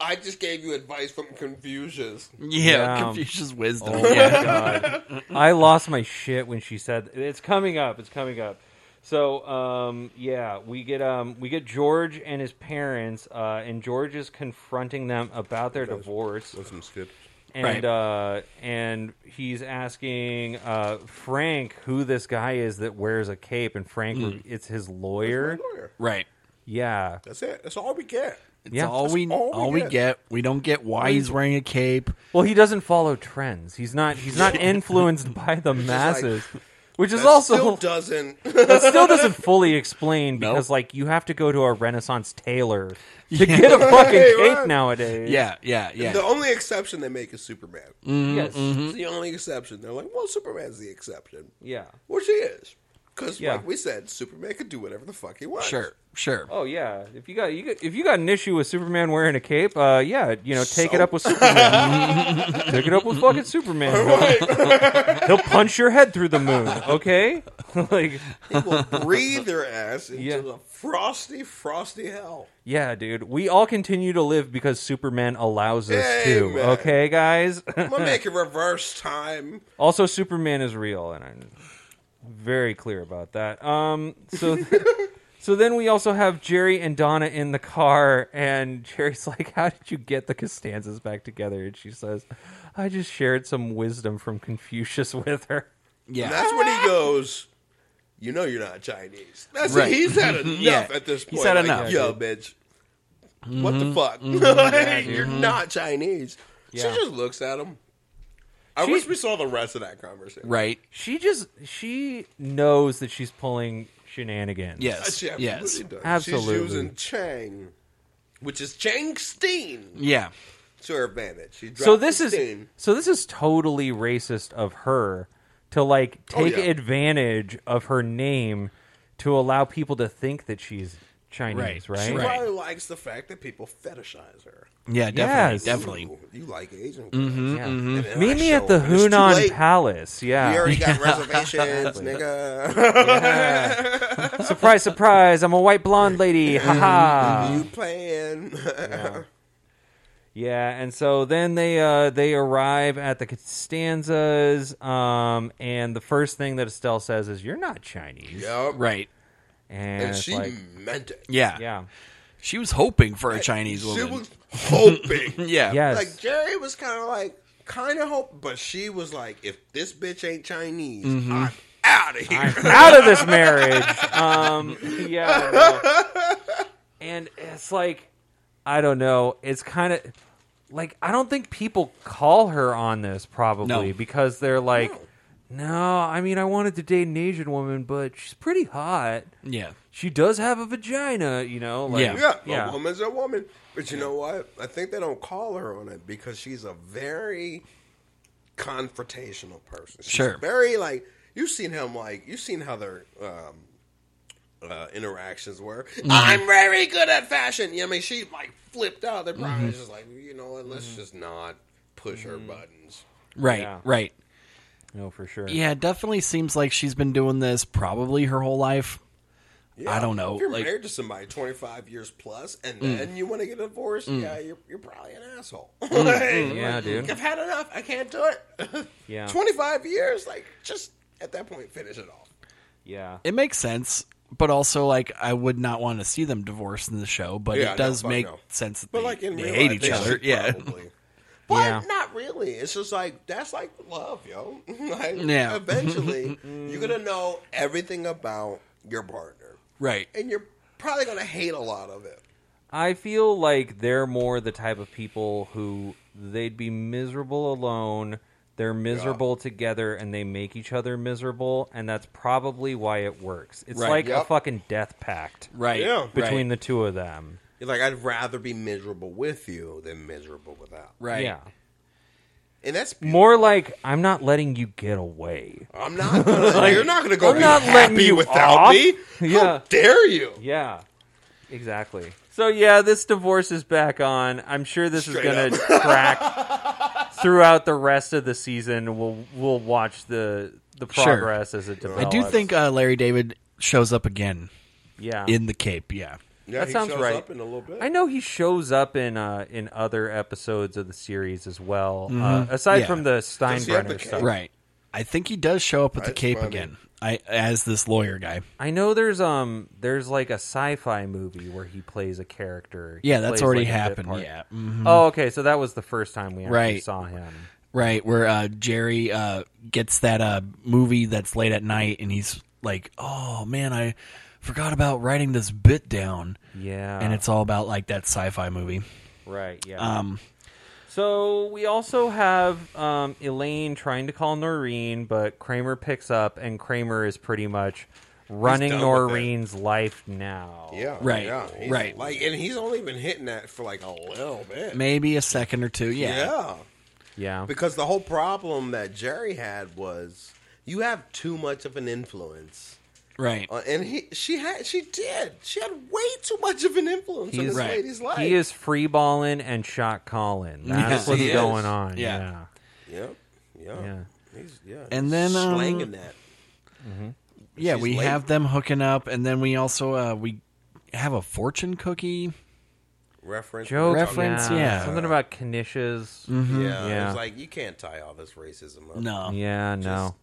S3: I just gave you advice from Confucius.
S2: Yeah,
S1: Yeah.
S2: Confucius wisdom.
S1: Oh
S2: yeah.
S1: my god! I lost my shit when she said it's coming up. It's coming up. So um, yeah, we get um, we get George and his parents, uh, and George is confronting them about their divorce,
S3: some skips.
S2: Right.
S1: and uh, and he's asking uh, Frank who this guy is that wears a cape, and Frank it's his lawyer.
S2: Right.
S1: Yeah,
S3: That's it. That's all we get.
S2: It's
S1: Yeah.
S2: all
S1: That's
S2: we all,
S3: all we
S2: we
S3: get.
S2: get. We don't get why he's wearing a cape.
S1: Well, he doesn't follow trends. He's not. He's not influenced by the
S3: like-
S1: masses, which is
S3: That
S1: also
S3: still doesn't.
S1: that still doesn't fully explain
S2: No.
S1: because like you have to go to a Renaissance tailor to get a fucking
S3: Right,
S1: cape
S3: right.
S1: nowadays.
S2: Yeah, yeah, yeah.
S3: the only exception they make is Superman.
S1: Yes.
S3: It's the only exception. They're like, well, Superman's the exception.
S1: Yeah.
S3: Which he is. Because,
S1: Yeah.
S3: like we said, Superman could do whatever the fuck he wants.
S2: Sure, sure.
S1: Oh yeah. If you got you got, if you got an issue with Superman wearing a cape, uh, yeah, you know, take it
S3: So-
S1: up with Superman. take it up with fucking Superman. He'll punch your head through the moon. Okay. like,
S3: He will breathe their ass into
S1: Yeah.
S3: the frosty, frosty hell.
S1: yeah, dude. We all continue to live because Superman allows us to.
S3: Amen.
S1: Okay, guys.
S3: I'm going to make it reverse time.
S1: Also, Superman is real, and I'm very clear about that. Um, so, so then we also have Jerry and Donna in the car, and Jerry's like, "How did you get the Costanzas back together?" And she says, "I just shared some wisdom from Confucius with her."
S2: yeah.
S3: And that's when he goes, You know you're not Chinese. That's
S2: Right.
S3: it. He's had enough
S2: Yeah.
S3: at this point.
S2: He's had
S3: Like,
S2: enough. Mm-hmm.
S3: Yo, bitch. What the fuck? you're not Chinese.
S1: Yeah.
S3: She just looks at him. I
S1: She-
S3: wish we saw the rest of that conversation.
S2: Right.
S1: She just she knows that she's pulling shenanigans.
S2: Yes.
S3: She absolutely
S2: Yes.
S3: does.
S1: Absolutely.
S3: She's using Chang, which is Chang Steen,
S2: Yeah.
S3: to her advantage. She
S1: so
S3: dropped
S1: this
S3: the
S1: is
S3: Steen.
S1: so this is totally racist of her to like
S3: Oh,
S1: take
S3: yeah.
S1: advantage of her name to allow people to think that she's Chinese,
S2: Right.
S1: right?
S3: She
S2: Right.
S3: probably likes the fact that people fetishize her.
S2: Yeah, definitely.
S1: Yes.
S2: Definitely.
S3: Ooh, you like Asian.
S1: Yeah.
S3: And then
S1: Mm-hmm, Meet
S3: I
S1: me
S3: show
S1: at the
S3: up, and it's too
S1: Hunan
S3: late.
S1: Palace.
S3: We
S1: Yeah.
S3: already got reservations, nigga.
S1: surprise,
S3: Mm-hmm.
S1: surprise! I'm a white blonde lady. Ha ha.
S3: you playing?
S1: Yeah, and so then they uh, they arrive at the Costanzas, um, and the first thing that Estelle says is, "You're not Chinese,"
S3: Yup.
S2: Right.
S1: and,
S3: And
S1: it's
S3: she
S1: like,
S3: meant it.
S2: Yeah.
S1: yeah,
S2: She was hoping for a Chinese
S3: She
S2: woman.
S3: was hoping.
S2: yeah.
S1: yes,
S3: Like Jerry was kind of like, kind of hope, but she was like, if this bitch ain't Chinese,
S1: Mm-hmm.
S3: I'm out of here.
S1: out of this marriage. Um, yeah, I know. and it's like I don't know. It's kind of like I don't think people call her on this probably
S2: No.
S1: because they're like, no. I mean, I wanted to date an Asian woman, but she's pretty hot.
S2: Yeah.
S1: She does have a vagina, you know. Like,
S2: Yeah.
S3: Yeah,
S1: Yeah.
S3: a woman's a woman. But you know what? I think they don't call her on it because she's a very confrontational person. She's
S2: Sure.
S3: Very like you've seen him like you've seen how their um, uh, interactions were.
S2: Mm-hmm.
S3: I'm very good at fashion. Yeah, I mean she like flipped out. They probably
S2: Mm-hmm.
S3: just like you know what? Let's just not push her buttons.
S2: Right.
S1: Yeah.
S2: Right.
S1: No, for sure.
S2: Yeah, it definitely seems like she's been doing this probably her whole life. I don't know,
S3: If you're
S2: Oh, like- Mm.
S3: married to somebody 25 years plus, and then you want to get a divorce, yeah, you're, you're probably an asshole. Like,
S2: Mm-hmm.
S1: Yeah, dude.
S3: I've had enough. I can't do it.
S1: Yeah.
S3: 25 years, like, just at that point, finish it off.
S1: Yeah.
S2: It makes sense, but also like I would not want to see them divorced in the show, but
S3: Yeah,
S2: it does
S3: no, fuck
S2: make
S3: no.
S2: sense that
S3: But,
S2: they,
S3: like, in
S2: they
S3: real
S2: hate
S3: life,
S2: each
S3: they
S2: other.
S3: should
S2: Yeah.
S3: probably. But
S1: Yeah.
S3: not really. It's just like, that's like love, yo. like,
S2: Yeah.
S3: Eventually, you're going to know everything about your partner,
S2: Right.
S3: and you're probably going to hate a lot of it.
S1: I feel like they're more the type of people who they'd be miserable alone. They're miserable together and they make each other miserable, and that's probably why it works. It's
S2: Right.
S1: like a
S3: Yep.
S1: fucking death pact
S2: Right.
S3: Yeah.
S2: Right.
S1: between the two of them.
S3: You're like, I'd rather be miserable with you than miserable without.
S2: Right.
S1: Yeah.
S3: And that's beautiful.
S1: More like, I'm not letting you get away.
S3: I'm not. Gonna, you're not going to go
S1: I'm
S3: be
S1: not letting
S3: happy
S1: you
S3: without
S1: off.
S3: me.
S1: Yeah.
S3: How dare you?
S1: Yeah. Exactly. So yeah, this divorce is back on. I'm sure this
S3: Straight
S1: is going to crack throughout the rest of the season. We'll we'll watch the the
S2: Sure.
S1: progress as it
S2: I
S1: develops.
S2: do think uh, Larry David shows up again
S1: yeah.
S2: in the Cape. Yeah.
S3: Yeah,
S1: That
S3: he
S1: sounds
S3: shows
S1: right.
S3: Up in a little bit.
S1: I know he shows up in uh, in other episodes of the series as well. Uh, aside
S2: Mm-hmm. Yeah.
S1: from the
S3: he have the
S1: Steinbrenner stuff,
S3: cape?
S2: Right. I think he does show up at the
S3: That's
S2: Cape
S3: funny.
S2: again. I as this lawyer guy.
S1: I know there's um there's like a sci-fi movie where he plays a character. He
S2: Yeah, that's
S1: plays,
S2: already
S1: like, a bit
S2: happened.
S1: part.
S2: Yeah. Mm-hmm.
S1: Oh, okay. So that was the first time we actually
S2: Right.
S1: saw him.
S2: Right, where uh, Jerry uh, gets that uh, movie that's late at night, and he's like, "Oh man, I forgot about writing this bit down,"
S1: Yeah,
S2: and it's all about like that sci-fi movie.
S1: Right. Yeah.
S2: Um,
S1: so we also have um, Elaine trying to call Noreen, but Kramer picks up, and Kramer is pretty much running
S3: done with it.
S1: Noreen's life now.
S3: Yeah.
S2: Right,
S3: Yeah, He's
S2: right.
S3: Like, and he's only been hitting that for like a little bit.
S2: maybe a second or two.
S3: Yeah.
S2: Yeah,
S1: Yeah.
S3: Because the whole problem that Jerry had was you have too much of an influence.
S2: right.
S3: Uh, and he, she had, she did. She had way too much of an influence in
S1: He's-
S3: this
S2: Right.
S3: lady's life.
S1: He is free balling and shot calling. That's
S2: Yes,
S1: what's
S2: he is.
S1: going on.
S2: Yeah.
S1: Yeah.
S3: Yep. Yeah.
S1: Yeah.
S3: He's, yeah.
S2: And
S3: he's
S2: then, um,
S3: slanging that.
S2: yeah,
S3: she's
S2: we
S3: late.
S2: have them hooking up, and then we also uh, we have a fortune cookie.
S3: reference.
S1: Joke.
S2: Reference, yeah. Mm-hmm.
S1: Something about Canisius.
S3: Yeah,
S1: Mm-hmm. Yeah.
S3: it's like you can't tie all this racism up.
S2: No,
S1: Yeah. No.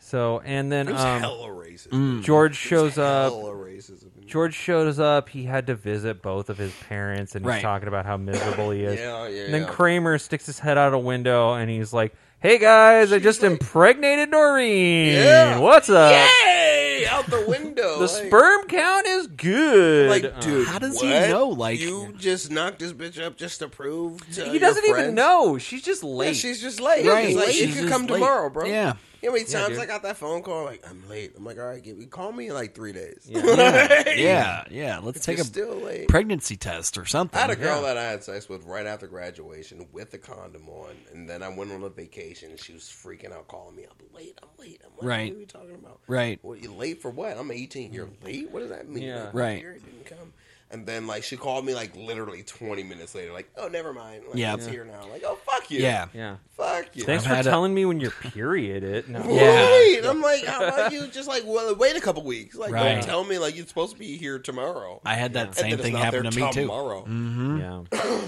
S1: So and then
S3: it was
S1: um,
S3: hella racist.
S1: George shows up.
S3: hella racism.
S1: George shows up. He had to visit both of his parents, and he's
S2: Right.
S1: talking about how miserable he is.
S3: Yeah, yeah,
S1: and then
S3: yeah.
S1: Kramer sticks his head out a window, and he's like, "Hey guys, I just
S3: like-
S1: impregnated Noreen.
S3: Yeah.
S1: What's up?
S3: Yay! Out the window.
S1: uh, The
S3: like-
S1: sperm count is good.
S3: Like,
S1: Uh,
S3: dude,
S2: How does he
S3: what?
S2: know, like-
S3: you just knocked this bitch up just to prove? To
S1: he
S3: your
S1: doesn't even
S3: friends?
S1: know. She's just
S3: Yeah,
S1: late.
S3: she's just late.
S2: Right.
S3: She's like,
S2: She's
S3: you can
S2: just
S3: come
S2: late.
S3: tomorrow, bro.
S2: Yeah.
S3: You know how many times
S1: dude.
S3: I got that phone call? Like, I'm late. I'm like, all right, give me, call me in like three days.
S2: yeah, yeah. yeah. Let's take
S3: You're
S2: a
S3: still late.
S2: pregnancy test or something.
S3: I had a girl
S1: Yeah.
S3: that I had sex with right after graduation with a condom on, and then I went on a vacation. And she was freaking out, calling me. I'm late. I'm late. I'm late.
S2: Right.
S3: What are you talking about?
S2: Right. Mm.
S3: What you late for? What? I'm 18. You're late. What does that mean?
S1: Yeah.
S2: Right.
S3: Here, it didn't come. And then like she called me like literally 20 minutes later. Like, oh, never mind. Like,
S2: Yeah.
S3: It's here now. Like, oh, fuck you.
S2: Yeah.
S1: yeah.
S3: Fuck you.
S1: Thanks
S2: I've
S1: for
S2: had a-
S1: telling me when your period it. No.
S2: Yeah.
S3: Right. I'm like, how about you just like well, wait a couple weeks? Like,
S2: Right.
S3: don't tell me like you're supposed to be here tomorrow.
S2: I had that
S3: And then
S2: same
S3: it's
S2: thing
S3: not there
S2: Mm. happen to me too.
S3: Tomorrow.
S1: Yeah.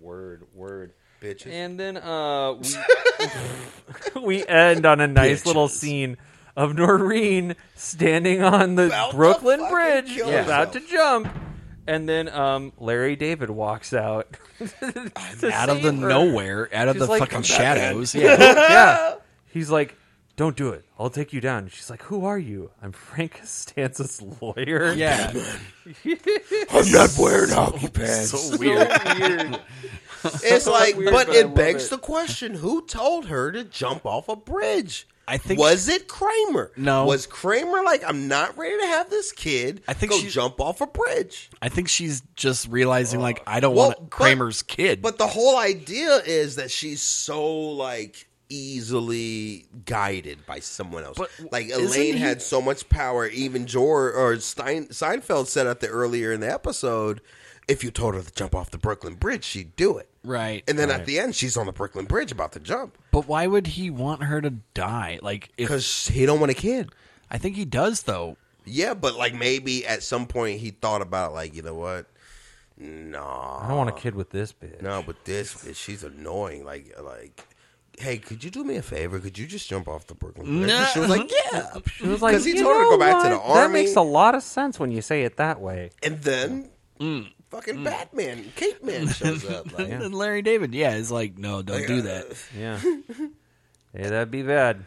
S1: Word, word.
S3: Bitches.
S1: And then uh, we, we end on a nice little scene of Noreen standing on the
S3: About to
S1: Brooklyn
S3: fucking
S1: Bridge,
S3: kill
S1: about
S3: herself.
S1: to jump. And then um, Larry David walks out to
S2: out of the
S1: save her.
S2: nowhere, out of
S1: She's
S2: the
S1: like,
S2: fucking
S1: "I'm
S2: shadows. Yeah.
S1: yeah. He's like, "Don't do it. I'll take you down." She's like, "Who are you?" I'm Frank Costanza's lawyer.
S2: yeah.
S3: I'm not wearing hockey pants.
S1: so weird.
S3: It's like,
S1: weird,
S3: but
S1: but I
S3: it
S1: love
S3: begs
S1: it.
S3: the question: Who told her to jump off a bridge?
S2: I think-
S3: was it Kramer?
S2: No.
S3: was Kramer like, I'm not ready to have this kid.
S2: I think
S3: go
S2: she-
S3: jump off a bridge.
S2: I think she's just realizing like I don't
S3: Well,
S2: want
S3: but-
S2: Kramer's kid.
S3: But the whole idea is that she's so like easily guided by someone else.
S2: But
S3: like
S2: isn't
S3: Elaine
S2: he-
S3: had so much power. Even George or Stein, Seinfeld said out there earlier in the episode, if you told her to jump off the Brooklyn Bridge, she'd do it.
S2: right.
S3: And then at the end, she's on the Brooklyn Bridge about to jump
S2: but why would he want her to die? Like if
S3: because he don't want a kid.
S2: I think he does though.
S3: Yeah, but like maybe at some point he thought about like you know what?
S1: I
S3: Nah,
S1: don't want a kid with this bitch.
S3: no, but this bitch, she's annoying. Like like. Hey, could you do me a favor? Could you just jump off the Brooklyn Bridge? And She was like, "Yeah."
S1: She was like,
S3: he
S1: "You
S3: told her
S1: know
S3: to go back to
S1: what?
S3: the
S1: That
S3: army."
S1: makes a lot of sense when you say it that way.
S3: And then
S1: Mm.
S3: fucking Batman, Cape Man shows up. Like,
S2: And then Larry David, yeah, is like, no, don't
S3: uh,
S2: do that.
S1: Yeah. yeah, that'd be bad.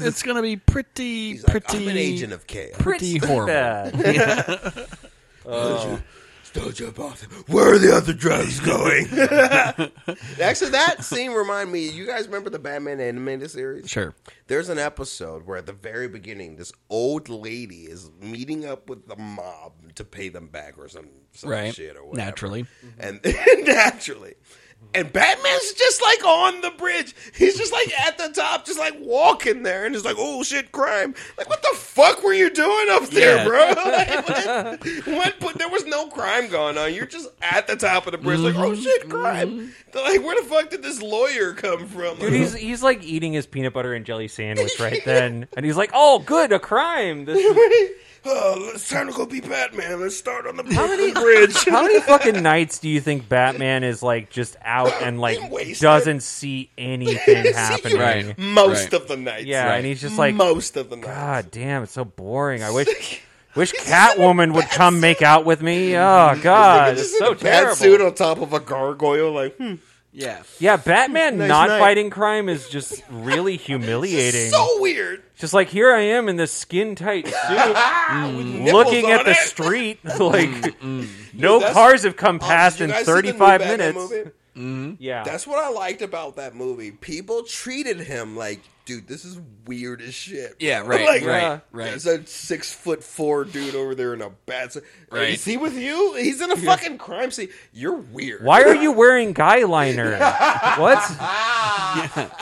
S2: It's gonna be pretty,
S3: he's like,
S2: pretty,
S3: I'm an agent of chaos.
S2: pretty horrible.
S1: Bad.
S3: Don't jump off. Where are the other drugs going? Actually, that scene remind me. You guys remember the Batman animated series?
S2: Sure.
S3: There's an episode where at the very beginning, this old lady is meeting up with the mob to pay them back or some, some
S2: Right.
S3: shit or whatever.
S2: Naturally.
S3: And naturally. And Batman's just like on the bridge. He's just like at the top, just like walking there, and it's like, oh shit, crime! Like, what the fuck were you doing up there,
S2: Yeah.
S3: bro? Like, what? what- but there was no crime going on. You're just at the top of the bridge, like, oh shit,
S2: Mm-hmm.
S3: crime! They're like, where the fuck did this lawyer come from?
S1: Dude, he's he's like eating his peanut butter and jelly sandwich right then, and he's like, "Oh, good, a crime." This is-
S3: oh, it's time to go be Batman. Let's start on the
S1: many-
S3: Brooklyn Bridge.
S1: How many fucking nights do you think Batman is like just out and like
S3: Wasted.
S1: doesn't see anything happening?
S2: Right.
S3: Most
S2: Right.
S3: of the nights.
S1: Yeah, and he's just like,
S3: most of the nights.
S1: God damn, it's so boring. I wish, wish Catwoman would come make out with me. Oh God,
S3: Just
S1: it's
S3: in
S1: so
S3: a bad suit
S1: terrible.
S3: on top of a gargoyle, like hmm.
S2: Yeah.
S1: Yeah, Batman
S3: Nice
S1: not
S3: night.
S1: fighting crime is just really humiliating.
S3: so weird.
S1: just like here I am in this skin tight suit. mm,
S3: Nipples
S1: looking
S3: on
S1: at the
S3: it. Mm,
S1: street like no
S3: that's-
S1: cars have come
S3: Oh, did
S1: past
S3: you
S1: in
S3: guys see the new
S1: 35
S3: Batman
S1: minutes
S3: movie?
S1: yeah
S3: That's what I liked about that movie. People treated him like, dude, this is weird as shit.
S2: Yeah, right,
S3: like,
S2: right,
S1: Yeah.
S2: right.
S3: There's a six foot four dude over there in a bat. suit.
S2: Right.
S3: Is he with you? He's in a fucking crime scene. You're weird.
S1: why are you wearing guy liner what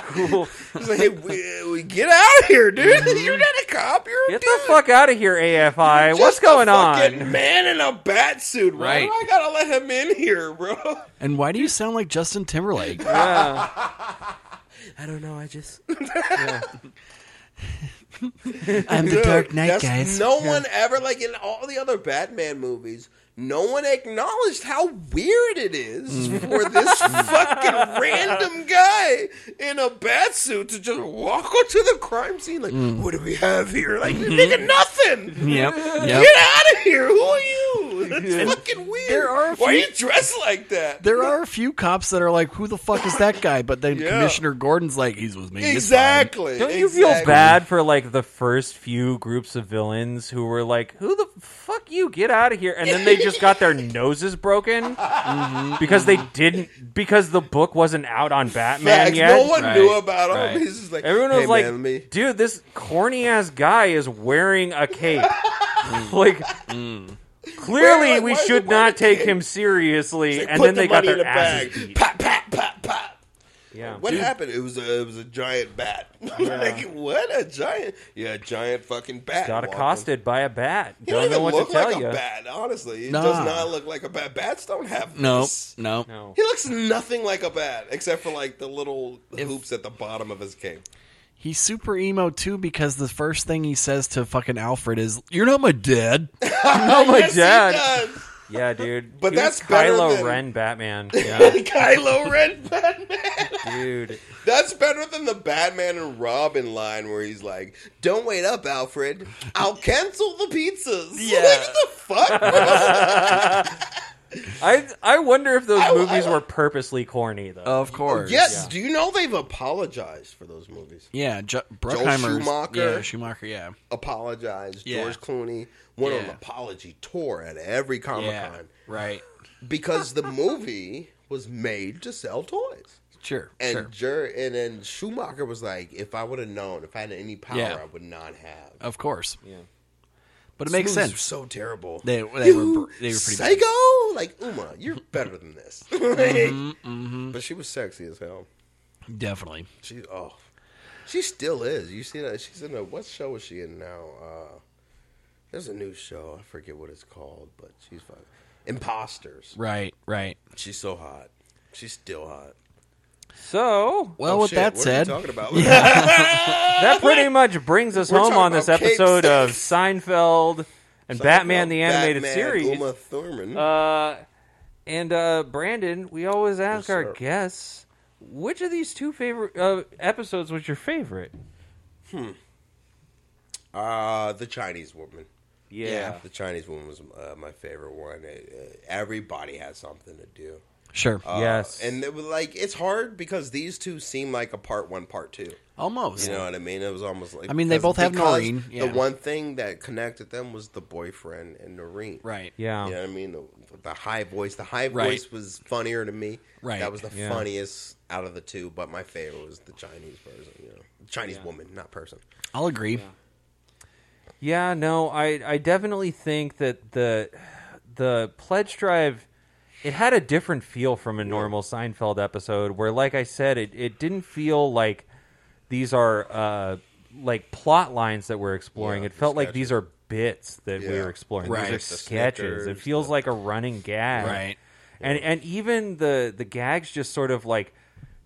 S1: cool
S3: He's like, hey, we, we get out of here, dude. You're not a cop. You're a
S1: get
S3: dude.
S1: the fuck out of here afi
S3: Just
S1: what's
S3: a
S1: going
S3: fucking
S1: on
S3: Man in a bat suit. Why
S2: Right.
S3: do I gotta let him in here, bro?
S2: And why do you sound like Justin Timberlake?
S3: I don't know. I just
S2: I'm the
S3: Dude,
S2: Dark Knight,
S3: that's-
S2: guys.
S3: No one ever, like in all the other Batman movies, no one acknowledged how weird it is
S2: Mm.
S3: for this fucking random guy in a bat suit to just walk onto the crime scene. Like,
S2: Mm.
S3: what do we have here? Like, nigga, nothing.
S2: Yep. Yep.
S3: Get out of here. Who are you? That's fucking weird.
S2: There are a
S3: Why are
S2: few-
S3: you dressed like that?
S2: There are a few cops that are like, "Who the fuck is that guy?" But then
S3: Yeah.
S2: Commissioner Gordon's like, "He's with me." it's fine."
S3: exactly.
S1: don't you feel
S3: exactly.
S1: bad for like the first few groups of villains who were like, "Who the fuck you get out of here?" And then they just got their noses broken
S3: Mm-hmm,
S1: because they didn't because the book wasn't out on Batman
S3: Facts.
S1: yet.
S3: No one
S2: Right,
S3: knew about him.
S2: right.
S3: He's just like
S1: Everyone
S3: "Hey,
S1: was like,
S3: man, let me-
S1: "Dude, this corny ass guy is wearing a cape." like, clearly,
S3: Where, like,
S1: we
S3: why is he
S1: should
S3: wearing
S1: not
S3: a
S1: take
S3: cape?
S1: him seriously.
S3: They
S1: and
S3: put
S1: then they
S3: the
S1: got
S3: money
S1: their
S3: in a
S1: asses
S3: bag.
S1: beat.
S3: Pop, pop, pop, pop.
S1: Yeah.
S3: What happened? It was a it was a giant bat. like what a giant yeah, a giant fucking bat.
S1: Got
S3: walking.
S1: accosted by a bat.
S3: He
S1: Don't
S3: don't
S1: know
S3: even
S1: what
S3: look
S1: to tell
S3: like
S1: you.
S3: a bat. Honestly, it
S2: Nah.
S3: does not look like a bat. Bats don't have
S2: No.
S3: this.
S2: No.
S1: No.
S3: He looks nothing like a bat except for like the little hoops at the bottom of his cape.
S2: He's super emo too because the first thing he says to fucking Alfred is, "You're not my dad."
S1: Oh my
S3: Yes, he
S1: god.
S3: does.
S1: Yeah, dude.
S3: But
S1: He was
S3: that's better
S1: Kylo
S3: than-
S1: Ren Batman. Yeah,
S3: Kylo Ren Batman.
S1: dude.
S3: That's better than the Batman and Robin line where he's like, "Don't wait up, Alfred. I'll cancel the pizzas."
S2: Yeah.
S3: Like, what the fuck?
S1: I I wonder if those
S3: I-
S1: movies
S3: I-
S1: were purposely corny though.
S3: Oh,
S2: Of course.
S3: yes. Do you know they've apologized for those movies?
S2: Yeah, jo- Bruckheimer.
S3: Schumacher.
S2: Yeah, Schumacher. Yeah.
S3: Apologized.
S2: Yeah.
S3: George Clooney went on an
S2: Yeah.
S3: apology tour at every Comic
S2: Yeah.
S3: Con
S2: Right.
S3: because the movie was made to sell toys.
S2: Sure.
S3: And
S2: sure.
S3: Jer- and then Schumacher was like, "If I would have known, if I had any power,
S2: Yeah.
S3: I would not have."
S2: Of course. Yeah. But it makes
S3: Movies were
S2: sense.
S3: So terrible.
S2: They- they were
S3: You
S2: br- they were pretty
S3: psycho. Like Uma, you're better than this. Like,
S2: Mm-hmm,
S3: But she was sexy as hell.
S2: Definitely.
S3: She oh, she still is. You see that? She's in a what show is she in now? Uh, there's a new show. I forget what it's called, but she's fun. Imposters.
S2: Right. Right.
S3: She's so hot. She's still hot.
S1: So
S2: Well,
S3: Oh,
S2: with
S3: shit,
S2: that
S3: what are we
S2: said,
S3: talking about
S1: that pretty much brings us
S3: We're
S1: home
S3: talking
S1: on this
S3: about cakes.
S1: episode of Seinfeld and Batman the animated
S3: Batman,
S1: series.
S3: Uma Thurman.
S1: Uh, and uh, Brandon, we always ask our
S3: sir.
S1: guests which of these two favorite uh, episodes was your favorite.
S3: uh, the Chinese woman.
S1: Yeah,
S3: The Chinese woman was uh, my favorite one. It, uh, everybody has something to do.
S2: sure.
S3: Uh,
S1: Yes.
S3: and it was like it's hard because these two seem like a part one, part two.
S2: Almost.
S3: You know what I mean? It was almost like
S2: Oh, I mean, they
S3: because-
S2: both have
S3: because
S2: Noreen, yeah.
S3: The one thing that connected them was the boyfriend and Noreen,
S2: Right.
S1: yeah,
S3: You know what I mean? The, the high voice. The high
S2: Right.
S3: voice was funnier to me.
S2: Right.
S3: That was the
S1: Yeah.
S3: funniest out of the two. But my favorite was the Chinese person. You know, Chinese woman, not person.
S2: I'll agree.
S1: Yeah, no, I I definitely think that the the pledge drive it had a different feel from a normal Seinfeld episode where like I said it it didn't feel like these are uh like plot lines that we're exploring.
S3: Yeah,
S1: it felt like
S3: sketches.
S1: these are bits that we
S3: Yeah.
S1: were exploring.
S2: Right.
S1: These are
S2: The
S1: sketches. It
S3: snippers,
S1: feels like a running gag.
S2: Right.
S1: And and even the the gags just sort of like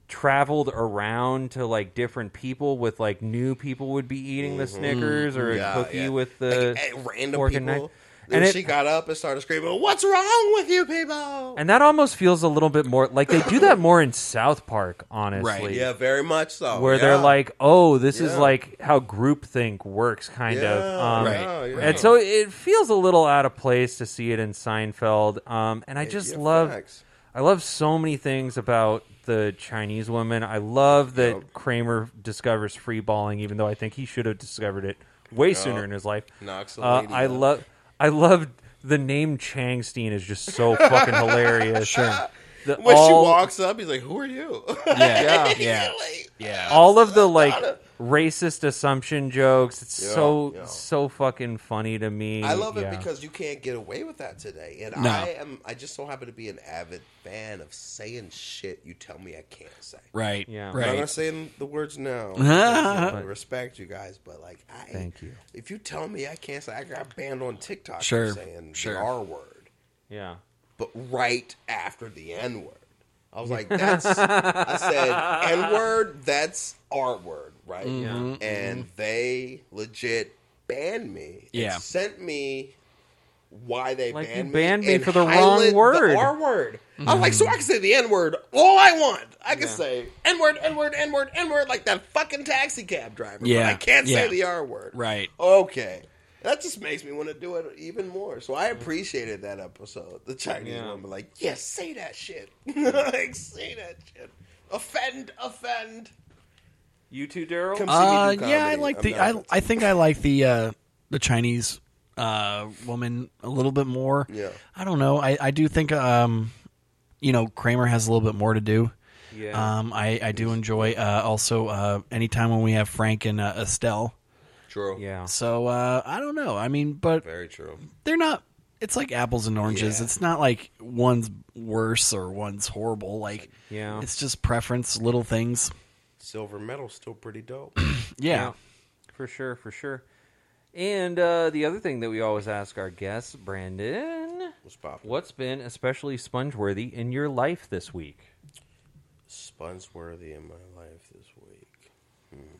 S1: traveled around to like different people with like new people would be eating the
S3: Mm-hmm.
S1: Snickers or
S3: Yeah,
S1: a cookie
S3: yeah.
S1: with the
S3: Like, eh, random
S1: fork and
S3: people.
S1: knife.
S3: And
S1: And it-
S3: she got up and started screaming, "What's wrong with you people?"
S1: And that almost feels a little bit more like they do that more in South Park, honestly.
S2: Right.
S3: yeah, very much so.
S1: Where they're
S3: Yeah.
S1: like, "Oh, this is
S3: Yeah.
S1: like how groupthink works," kind of.
S3: Yeah, Oh,
S1: Um,
S3: yeah, yeah.
S1: And so it feels a little out of place to see it in Seinfeld. Um, and I just
S3: yeah,
S1: love,
S3: facts.
S1: I love so many things about the Chinese woman. I love that Kramer discovers free balling, even though I think he should have discovered it way sooner in his life.
S3: Knocks a
S1: Uh,
S3: lady
S1: I
S3: up.
S1: love, I love the name Changstein is just so fucking hilarious.
S3: Ah!
S1: Sure.
S3: when she walks up, he's like, "Who are you?"
S2: Yeah. Yeah.
S3: yeah.
S2: Yeah.
S3: like,
S1: all of the like racist assumption jokes. It's
S3: Yeah,
S1: so
S3: yeah.
S1: so fucking funny to me.
S3: I love it
S1: Yeah.
S3: because you can't get away with that today. And
S2: No.
S3: I am I just so happen to be an avid fan of saying shit you tell me I can't say.
S2: Right.
S1: Yeah.
S3: I'm not
S2: Right.
S3: saying the words now. I respect you guys, but like I
S1: Thank you.
S3: If you tell me I can't say I got banned on TikTok
S2: Sure,
S3: for saying
S2: sure.
S3: the R word.
S1: yeah.
S3: but right after the N word. I was like, that's, I said, N word, that's R word, right?
S1: Mm-hmm.
S3: And they legit banned me. and
S2: Yeah.
S3: sent me why they
S1: Like, you
S3: banned me.
S1: banned me
S3: and
S1: for the wrong
S3: highlight
S1: word.
S3: The R word. I was like,
S2: Mm-hmm.
S3: so I can say the N word all I want. I can say N word, N word, N word, N word, like that fucking taxi cab driver. but
S2: Yeah,
S3: I can't
S2: yeah.
S3: say the R word.
S2: Right.
S3: Okay. That just makes me want to do it even more. So I appreciated that episode. The Chinese
S1: Yeah.
S3: woman, like, yes, say that shit. like, say that shit. Offend, offend.
S1: You too, Daryl.
S3: Come
S2: Uh,
S3: see me do
S2: yeah, I
S3: comedy.
S2: like
S3: I'm
S2: the.
S3: not
S2: I,
S3: offensive.
S2: I think I like the uh, the Chinese uh, woman a little bit more.
S3: Yeah.
S2: I don't know. I, I do think um, you know Kramer has a little bit more to do.
S1: Yeah.
S2: Um, I, I do enjoy uh, also uh, anytime when we have Frank and uh, Estelle.
S3: True.
S1: yeah.
S2: So uh, I don't know. I mean, but
S3: Very true.
S2: they're not. It's like apples and oranges.
S3: Yeah.
S2: It's not like one's worse or one's horrible. Like
S1: Yeah.
S2: it's just preference, little things.
S3: Silver medal's still pretty dope.
S2: Yeah.
S1: For sure, for sure. And uh, the other thing that we always ask our guests, Brandon,
S3: What's poppin'?
S1: what's been especially sponge-worthy in your life this week?
S3: Spunsworthy in my life this week. Hmm.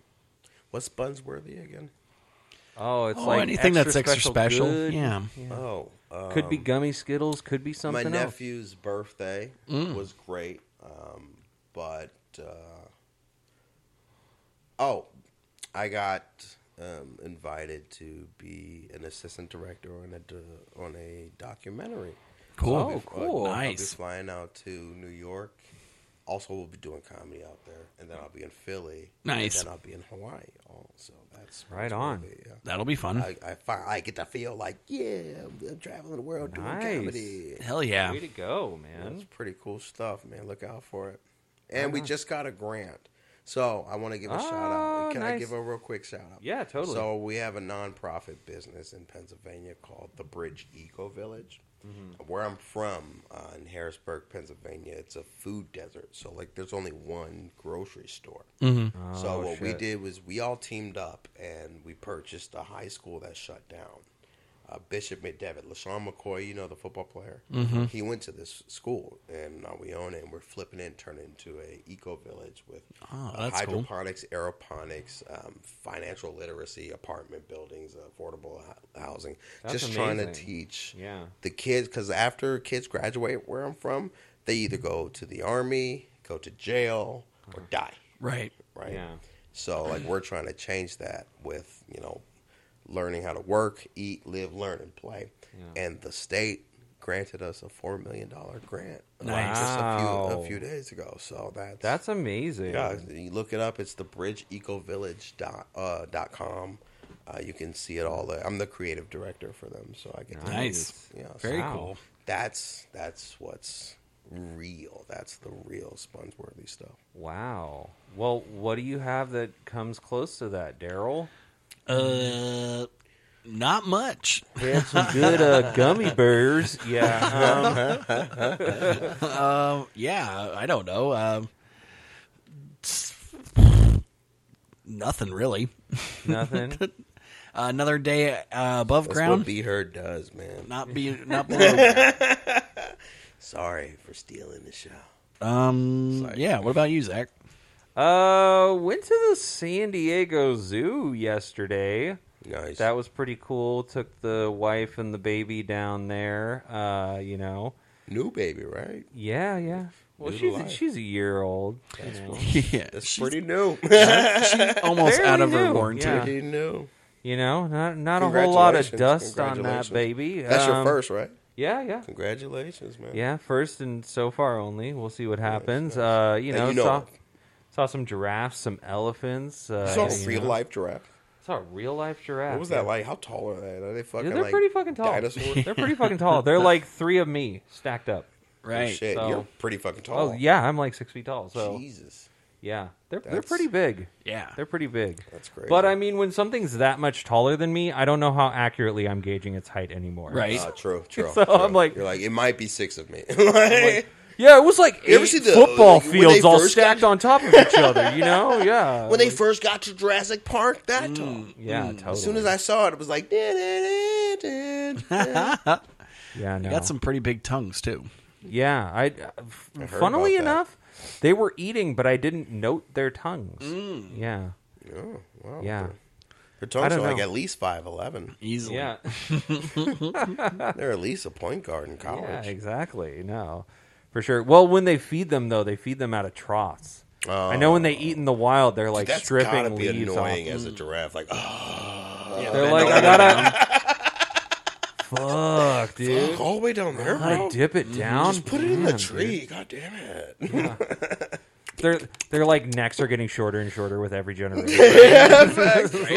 S3: What's Spunsworthy again?
S1: Oh, it's
S2: Oh,
S1: like
S2: anything that's extra special.
S1: good.
S2: Yeah.
S3: Oh, uh,
S1: could be gummy Skittles. Could be
S3: my
S1: something else. Mm.
S3: nephew's birthday was great, um, but uh, oh, I got um, invited to be an assistant director on a do- on a documentary.
S2: Cool.
S3: I'll
S1: Oh,
S3: be-
S1: cool.
S3: I'll be
S2: Nice.
S3: flying out to New York. Also, we'll be doing comedy out there, and then I'll be in Philly.
S2: Nice.
S3: And then I'll be in Hawaii. Also, that's
S1: Right
S3: that's
S1: on.
S3: gonna be, yeah.
S2: That'll be fun.
S3: I, I, find, I get to feel like, yeah, I'm, I'm traveling the world doing
S1: Nice.
S3: comedy.
S2: Hell yeah.
S1: Way to go,
S3: That's
S1: man! Uh-huh.
S3: pretty cool stuff, man. Look out for it. And we just got a grant. So I want to give a shout
S1: Ah,
S3: out. Can I
S1: nice.
S3: give a real quick shout out?
S1: Yeah, totally.
S3: So we have a nonprofit business in Pennsylvania called the Bridge Eco Village.
S1: Mm-hmm.
S3: Where I'm from uh, in Harrisburg, Pennsylvania, it's a food desert. So like, there's only one grocery store. so
S1: Oh,
S3: what we
S1: shit.
S3: did was we all teamed up and we purchased a high school that shut down uh, Bishop McDevitt, LaShawn McCoy, you know, the football player.
S1: Mm-hmm.
S3: He went to this school, and now we own it, and we're flipping it and turning it into a eco village with
S1: Ah,
S2: Oh,
S3: uh,
S2: that's cool.
S3: hydroponics, aeroponics, um, financial literacy, apartment buildings, affordable hou- housing.
S1: That's
S3: just trying to
S1: amazing.
S3: teach
S1: Yeah.
S3: the kids, because after kids graduate where I'm from, they either go to the army, go to jail, or
S1: Uh-huh.
S3: die,
S2: Right.
S3: right?
S1: Yeah.
S3: So like we're trying to change that with you know learning how to work, eat, live, learn, and play.
S1: Yeah.
S3: And the state granted us a four million dollar grant uh,
S2: Nice.
S3: just a few
S1: Wow.
S3: a few days ago. So that's
S1: That's amazing.
S3: yeah. You look it up. It's the bridgeecovillage dot uh, dot com. Uh, you can see it all. There. I'm the creative director for them, so I get to
S2: Nice.
S3: Yeah, so-
S2: Very
S1: Wow.
S2: cool.
S3: That's that's what's real. That's the real Spongeworthy stuff.
S1: Wow. Well, what do you have that comes close to that, Daryl?
S2: Uh, not much.
S1: We had some good uh, gummy bears. Yeah. Um,
S2: Yeah, I don't know. Um, nothing really.
S1: nothing.
S2: another day uh, above
S3: That's
S2: ground.
S3: what Be Heard does, man.
S2: not be not below. ground.
S3: Sorry for stealing the show.
S2: Um,
S3: Sorry.
S2: yeah. What about you, Zach?
S1: Uh, went to the San Diego Zoo yesterday.
S3: Nice.
S1: That was pretty cool. Took the wife and the baby down there. Uh, you know.
S3: new baby, right?
S1: Yeah, yeah. Well,
S3: New to
S1: she's
S3: life.
S1: she's a year old. you know.
S2: yeah,
S3: That's
S2: she's
S3: pretty new.
S2: almost
S1: Barely
S2: out of her
S1: new.
S2: warranty.
S1: Yeah.
S3: pretty new.
S1: You know, not not a whole lot of
S3: Congratulations.
S1: dust on that
S3: Congratulations.
S1: baby.
S3: That's your
S1: Um,
S3: first, right?
S1: Yeah, yeah.
S3: Congratulations, man.
S1: Yeah, first and so far only. We'll see what happens.
S3: nice.
S1: Uh, you
S3: And
S1: know,
S3: you know
S1: saw,
S3: it.
S1: saw some giraffes, some elephants. Uh,
S3: It's all
S1: you
S3: real
S1: know.
S3: life giraffe.
S1: Saw a real life giraffe.
S3: What was that
S1: yeah.
S3: like? How tall are they? Are they fucking
S1: Yeah, they're
S3: like
S1: pretty fucking tall.
S3: Dinosaurs?
S1: They're pretty fucking tall. They're like three of me stacked up.
S2: Right.
S3: Shit,
S1: so-
S3: you're pretty fucking tall.
S1: Oh yeah, I'm like six feet tall. So
S3: Jesus.
S1: yeah, they're they're
S3: That's-
S1: pretty big.
S2: Yeah.
S1: They're pretty big.
S3: That's crazy.
S1: But I mean, when something's that much taller than me, I don't know how accurately I'm gauging its height anymore.
S2: Right.
S3: Ah, true, true.
S1: So
S3: true.
S1: I'm like-
S3: you're like it might be six of me.
S1: Yeah, it was like
S3: You ever
S1: eight
S3: see the-
S1: football
S3: like, when
S1: fields
S3: they
S1: all
S3: first
S1: stacked
S3: got-
S1: on top of each other. You know? Yeah.
S3: when they first got to Jurassic Park,
S1: Mm.
S3: that tall.
S1: yeah, totally.
S3: As soon as I saw it, it was like. "Da-da-da-da-da."
S1: yeah, no.
S2: Got some pretty big tongues too.
S1: Yeah, I. uh,
S3: I heard
S1: funnily
S3: about that.
S1: enough, they were eating, but I didn't note their tongues. Yeah,
S3: oh, wow.
S1: yeah,
S3: Her tongues
S1: don't
S3: are like
S1: know.
S3: at least five eleven.
S2: Easily.
S1: yeah,
S3: They're at least a point guard in college.
S1: yeah. Exactly. No, for sure. Well, when they feed them though, they feed them out of troughs. I know when they eat in the wild, they're like
S3: That's
S1: stripping
S3: gotta be
S1: leaves
S3: annoying
S1: off. Mm.
S3: as a giraffe. Like,
S1: They're like, I gotta.
S3: "Mm."
S1: Fuck, dude.
S3: all the way down there,
S1: I
S3: bro.
S1: dip it down.
S3: Just put it in the
S1: Damn,
S3: tree. God damn it.
S1: dude. Their their like necks are getting shorter and shorter with every generation.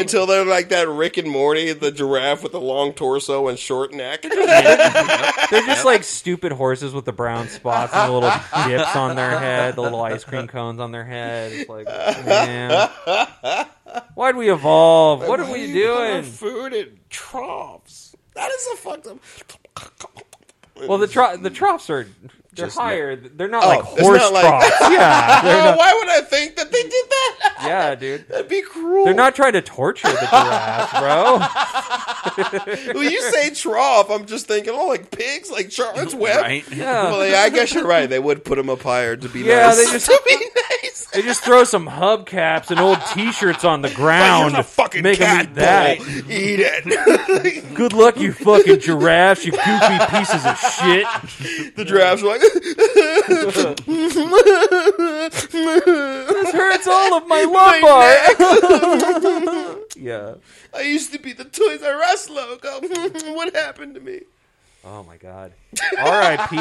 S3: Until they're like that Rick and Morty, the giraffe with the long torso and short neck.
S1: They're just like stupid horses with the brown spots and the little dips on their head, the little ice cream cones on their head. It's like, man, why'd we evolve? What are
S3: Why
S1: we
S3: you put our
S1: doing?
S3: Food in troughs. That is a fucked up.
S1: Well, the tro- the troughs are they're
S3: Just
S1: higher. They're not
S3: Oh,
S1: like
S3: it's
S1: horse
S3: not like-
S1: troughs. yeah, they're
S3: Oh,
S1: not-
S3: why would I think that they did that?
S1: yeah, dude.
S3: That'd be cruel.
S1: They're not trying to torture the giraffe, bro.
S3: When you say trough, I'm just thinking, oh, like pigs, like Charles Webb.
S2: Right.
S1: Yeah.
S3: Well, yeah, I guess you're right. They would put him up higher to be
S1: Yeah,
S3: nice.
S1: they just-
S3: to be nice.
S1: They just throw some hubcaps and old T-shirts on the ground.
S3: Here's a fucking
S1: make 'em
S3: cat
S1: eat
S3: bowl.
S1: that.
S3: Eat it.
S1: Good luck, you fucking giraffes, you goofy pieces of shit.
S3: the giraffes are like,
S1: This hurts all of my lumbar. yeah.
S3: I used to be the Toys R Us logo. what happened to me?
S1: Oh my god. R.I.P.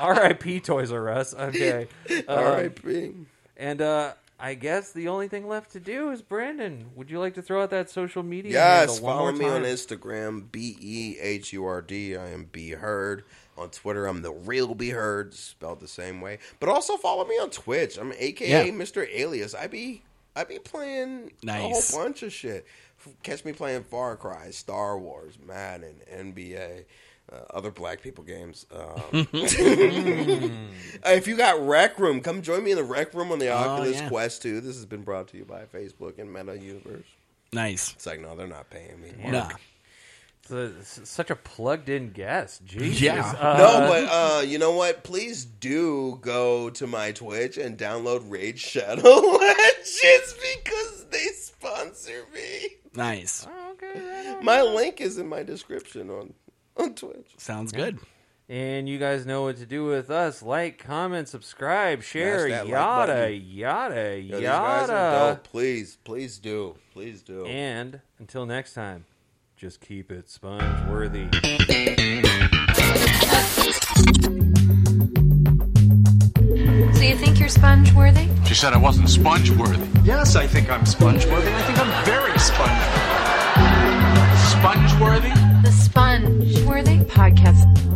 S1: R.I.P. Toys R Us. Okay. Uh,
S3: R.I.P.
S1: And uh I guess the only thing left to do is Brandon. Would you like to throw out that social media?
S3: Yes,
S1: handle one
S3: follow
S1: more
S3: me on
S1: time?
S3: Instagram, B E H U R D. I am Be Heard. On Twitter, I'm the real Be Heard, spelled the same way. But also follow me on Twitch. I'm AKA
S2: Yeah.
S3: Mr. Alias. I be I be playing
S2: Nice.
S3: a whole bunch of shit. F- Catch me playing Far Cry, Star Wars, Madden, NBA. Uh, other black people games. Um, Uh, if you got Rec Room, come join me in the Rec Room on
S1: Oh,
S3: the Oculus
S2: yeah.
S3: Quest 2. This has been brought to you by Facebook and Meta Universe.
S2: Nice.
S3: It's like, no, they're not paying me.
S2: Nah.
S1: It's a- it's such a plugged-in guest. Jesus.
S2: Yeah.
S1: Uh,
S3: No, but uh, you know what? Please do go to my Twitch and download Rage Shadow just because they sponsor me.
S2: Nice.
S3: My link is in my description on on Twitch.
S2: Sounds good.
S1: and you guys know what to do with us. Like, comment, subscribe, share,
S3: Smash that like
S1: yada,
S3: button.
S1: yada, yada.
S3: Yo, these guys are dope. Please, please do, please do.
S1: And until next time, just keep it sponge worthy.
S4: So you think you're sponge worthy?
S5: She said I wasn't sponge worthy.
S6: Yes, I think I'm sponge worthy. I think I'm very sponge
S5: Sponge worthy?
S4: The Sponge Worthy Podcast.